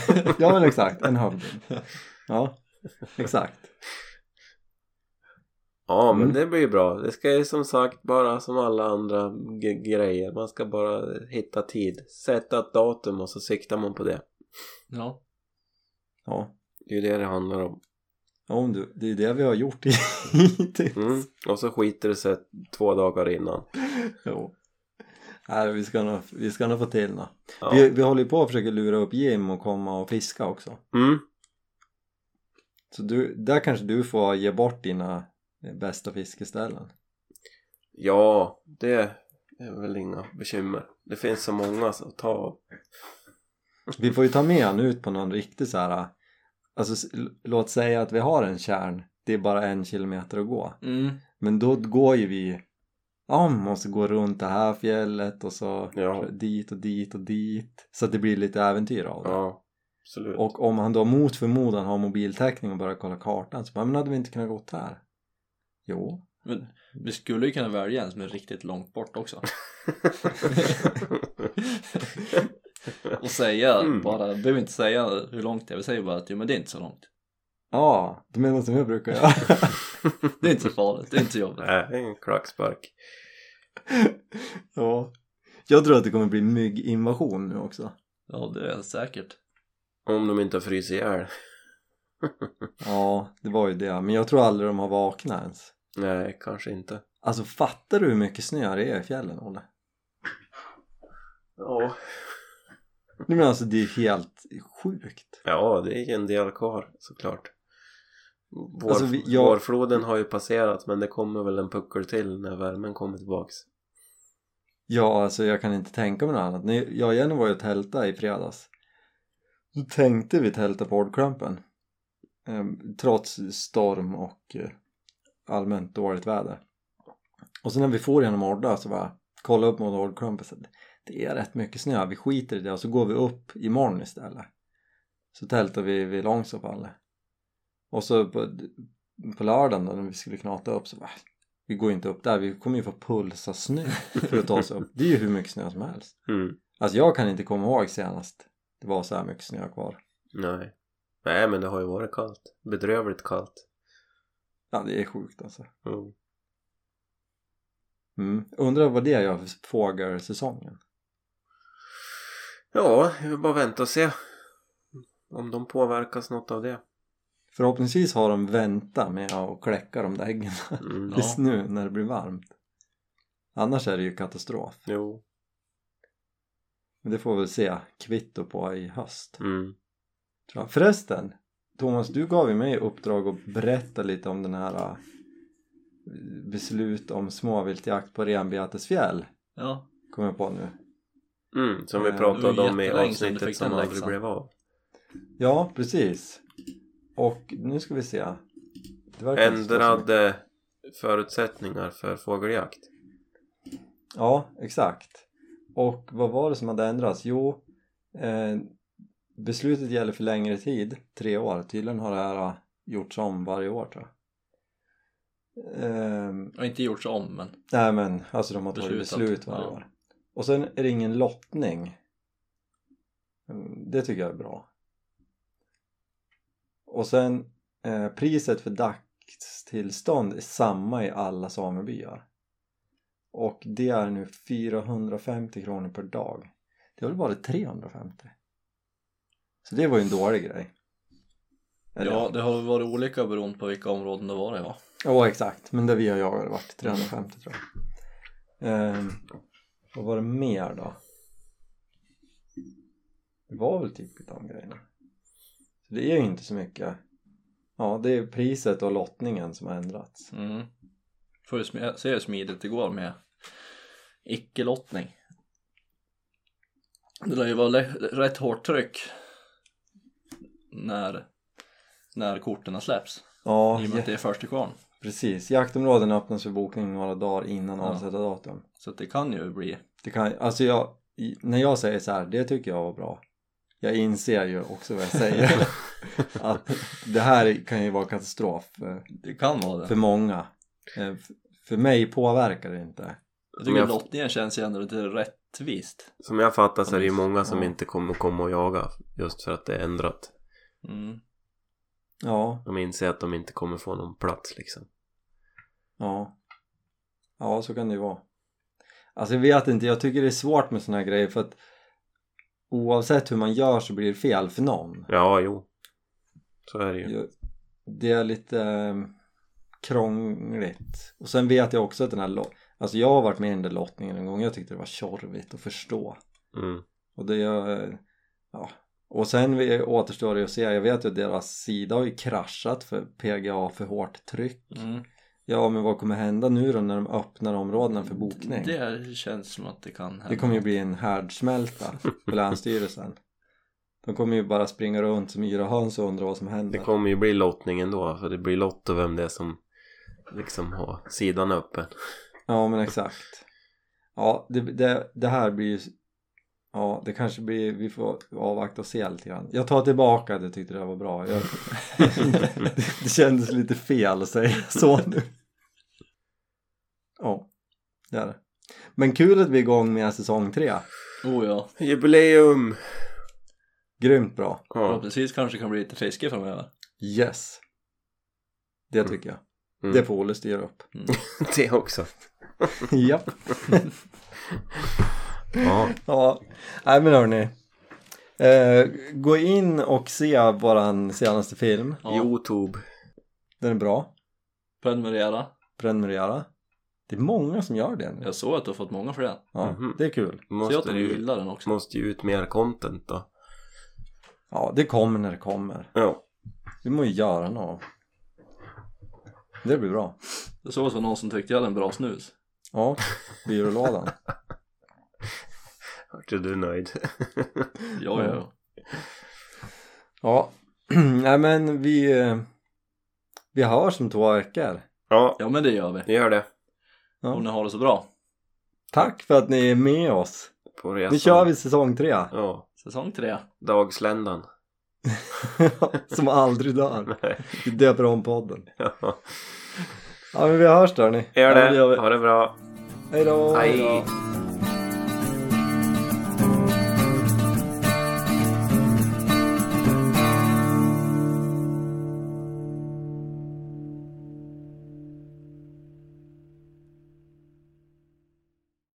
A: Ja men exakt, en hövding. Ja, exakt.
C: Ja, men
A: Mm.
C: det blir ju bra. Det ska ju som sagt bara som alla andra g- grejer. Man ska bara hitta tid. Sätta ett datum och så siktar man på det.
B: Ja,
A: Ja.
C: Det är ju det det handlar om.
A: Ja, om du, det är det vi har gjort hittills.
C: Mm. Och så skiter det sig två dagar innan.
A: Jo. Nej, vi ska nog, vi ska nog få till nå.
C: Ja.
A: Vi, vi håller ju på att försöka lura upp Jim och komma och fiska också.
C: Mm.
A: Så du, där kanske du får ge bort dina eh, bästa fiskeställen.
C: ja, det är väl inga bekymmer. Det finns så många att ta av.
A: Vi får ju ta med han ut på någon riktig så här. Alltså s- l- låt säga att vi har en kärn. Det är bara en kilometer att gå.
B: mm.
A: Men då går ju vi. Ja, man måste gå runt det här fjället och så
C: Ja.
A: dit och dit och dit. Så att det blir lite äventyr av det.
C: Ja. Absolut.
A: Och om han då mot förmodan har mobiltäckning och börjar kolla kartan så bara, men hade vi inte kunnat gått här? Jo.
B: Men vi skulle ju kunna välja en som är riktigt långt bort också. och säga
C: Mm.
B: bara, vi behöver inte säga hur långt det är, vi säger bara att jo men det är inte så långt.
A: Ja, du menar som jag brukar göra.
B: Det är inte så farligt, det är inte så jobbigt.
C: Nej, en klackspark.
A: ja. Jag tror att det kommer bli mygginvasion nu också.
B: Ja det är säkert.
C: Om de inte har frysit ihjäl.
A: Ja, det var ju det. Men jag tror aldrig de har vaknat ens.
C: Nej, kanske inte.
A: Alltså fattar du hur mycket snö det är i fjällen, Olle?
C: Ja.
A: Nej men alltså det är helt sjukt.
C: Ja, det är ju en del kvar såklart. Vår,
A: Alltså, vi- jag-
C: Vårfloden har ju passerat men det kommer väl en puckel till när värmen kommer tillbaks.
A: Ja, alltså jag kan inte tänka mig något annat. När Jag och Jenny var ju och tältade i fredags. Då tänkte vi tälta på Ordklumpen. Ehm, Trots storm och eh, allmänt dåligt väder. Och sen när vi får genom Orda så bara kolla upp mot Ordklumpen. så Det är rätt mycket snö, vi skiter i det och så går vi upp imorgon istället. Så tältar vi vid Långsåfalle. Och så på, på lördagen då när vi skulle knata upp så bara vi går inte upp där, vi kommer ju få pulsa snö för att ta oss upp. Det är ju hur mycket snö som helst.
C: Mm.
A: Alltså jag kan inte komma ihåg senast det var så här mycket snö kvar.
C: Nej. Nej men det har ju varit kallt. Bedrövligt kallt.
A: Ja, det är sjukt alltså.
C: Mm.
A: Mm. Undrar vad det gör för fågelsäsongen.
C: Ja, vi vill bara vänta och se. Om de påverkas något av det.
A: Förhoppningsvis har de väntat med att kläcka de där äggen
C: Mm.
B: Ja.
A: tills nu när det blir varmt. Annars är det ju katastrof.
C: Jo.
A: Men det får vi väl se kvitto på i höst.
C: Mm.
A: Tror jag. Förresten, Thomas du gav ju mig i uppdrag att berätta lite om den här eh, beslut om småviltjakt på renbetesfjäll.
B: Ja,
A: Kom jag på nu.
C: Mm, som vi
A: Eh,
B: det
C: pratade
B: var
C: om i
B: jättelänge sedan du
C: avsnittet
B: fick
C: som
B: den
C: aldrig
B: läxan.
C: blev av.
A: Ja, precis. Och nu ska vi se. Det verkar inte stå så mycket.
C: Ändrade förutsättningar för fågeljakt.
A: Ja, exakt. Och vad var det som hade ändrats? Jo, eh, beslutet gäller för längre tid, tre år. Tydligen har det här eh, gjorts om varje år tror jag. Ehm,
B: och inte gjorts om men
A: Nej men alltså de har tagit
B: Beslutat,
A: beslut varje
B: ja.
A: år. Och sen är det ingen lottning. Mm, Det tycker jag är bra. Och sen eh, priset för dagstillstånd är samma i alla samebyar. Och det är nu 450 kronor per dag. Det har väl varit 350? Så det var ju en dålig grej. Eller-
B: ja det har varit olika beroende på vilka områden det var det ja.
A: Ja exakt, men där vi och jag har det varit 350 tror jag. Ehm, vad var det mer då? Det var väl typ de grejerna. Så det är ju inte så mycket. Ja, det är priset och lottningen som har ändrats.
B: Mm. Får ju smi- se hur smidigt det går med icke-lottning. Det lär ju vara lä- rätt hårt tryck när, när korten släpps.
A: Ja,
B: I och med att det är först till kvarn.
A: precis. Jaktområden öppnas för bokning några dagar innan
B: Ja.
A: avsatta datum.
B: Så att det kan ju bli
A: Det kan, alltså jag, i- när jag säger så här, det tycker jag var bra. Jag inser ju också vad jag säger. att det här kan ju vara katastrof. eh,
B: Det kan vara det.
A: för många Eh, f- för mig påverkar det inte
B: Jag
C: Om
B: tycker
C: jag-
B: lottningen känns ju ändå lite rättvist.
C: Som jag fattar så är det ju
B: Ja, men-
C: många som
A: ja.
C: inte kommer komma och jaga just för att det är ändrat.
B: Mm.
A: ja,
C: De inser att de inte kommer få någon plats liksom.
A: ja ja så kan det ju vara alltså jag vet inte, jag tycker det är svårt med såna här grejer för att oavsett hur man gör så blir det fel för någon
C: Ja, jo. Så är det ju.
A: Jag- det är lite eh, krångligt och sen vet jag också att den här lot- alltså jag har varit med i den där lottningen en gång jag tyckte det var tjorvigt att förstå
C: Mm.
A: Och det är, ja. Och sen vi- återstår det att se. Jag vet ju att deras sida har ju kraschat för PGA för hårt tryck.
B: Mm.
A: Ja, men vad kommer hända nu då när de öppnar områdena för bokning? Det,
B: Det känns som att det kan hända.
A: kommer ju bli en härdsmälta för Länsstyrelsen. De kommer ju bara springa runt som yra höns och undra vad som
C: Det
A: händer.
C: kommer ju bli lottning ändå. För det blir lott och vem det är som liksom har sidan öppen.
A: Ja, men exakt. Ja, det, det, det här blir ju Ja, det kanske blir, vi får avvakta och se lite grann. Jag tar tillbaka att jag tyckte det här var bra. Jag, det kändes lite fel att säga så nu. Ja, det är det. Men kul att vi är igång med säsong tre.
B: Oh ja,
C: Jubileum!
A: Grymt bra.
C: Ja.
B: förhoppningsvis kanske det kan bli lite fiske framöver.
A: Yes. Det tycker jag.
C: Mm.
A: Det får Olle styra upp.
C: Det också.
A: Japp.
C: Ja.
A: Ja, nej men hörni. Eh, gå in och se våran senaste film.
B: Ja,
C: Youtube.
A: Den är bra.
B: Prenumerera.
A: Prenumerera. Det är många som gör det nu.
B: Jag såg att du har fått många fler.
A: Ja,
C: Mhm.
A: det är kul.
B: Så jag
C: Måste
B: tror du
C: ju,
B: gillar den också.
C: måste ju ut mer content då.
A: Ja, det kommer när det kommer.
C: Ja.
A: Vi må ju göra något. Det blir bra.
B: Jag såg att det var någon som tyckte jag hade en bra snus.
A: Ja, byrålådan.
C: Vart är du nöjd?
B: Ja, ja, ja.
A: Ja, nej men vi... eh, Vi hörs om två veckor.
C: Ja,
B: Ja, men det gör vi.
C: gör det.
B: Om ni
A: Ja.
B: har det så bra.
A: Tack för att ni är med oss.
C: På resan.
A: Nu kör vi säsong tre.
C: Ja.
B: Säsong tre.
C: Dagsländan.
A: som aldrig dör.
C: Nej.
A: Vi döper om podden.
C: Ja.
A: Ja men vi hörs då hörni.
C: Gör
B: Ja, det gör vi.
C: det. Ha det bra.
A: Hej då!
C: Hej.
B: då.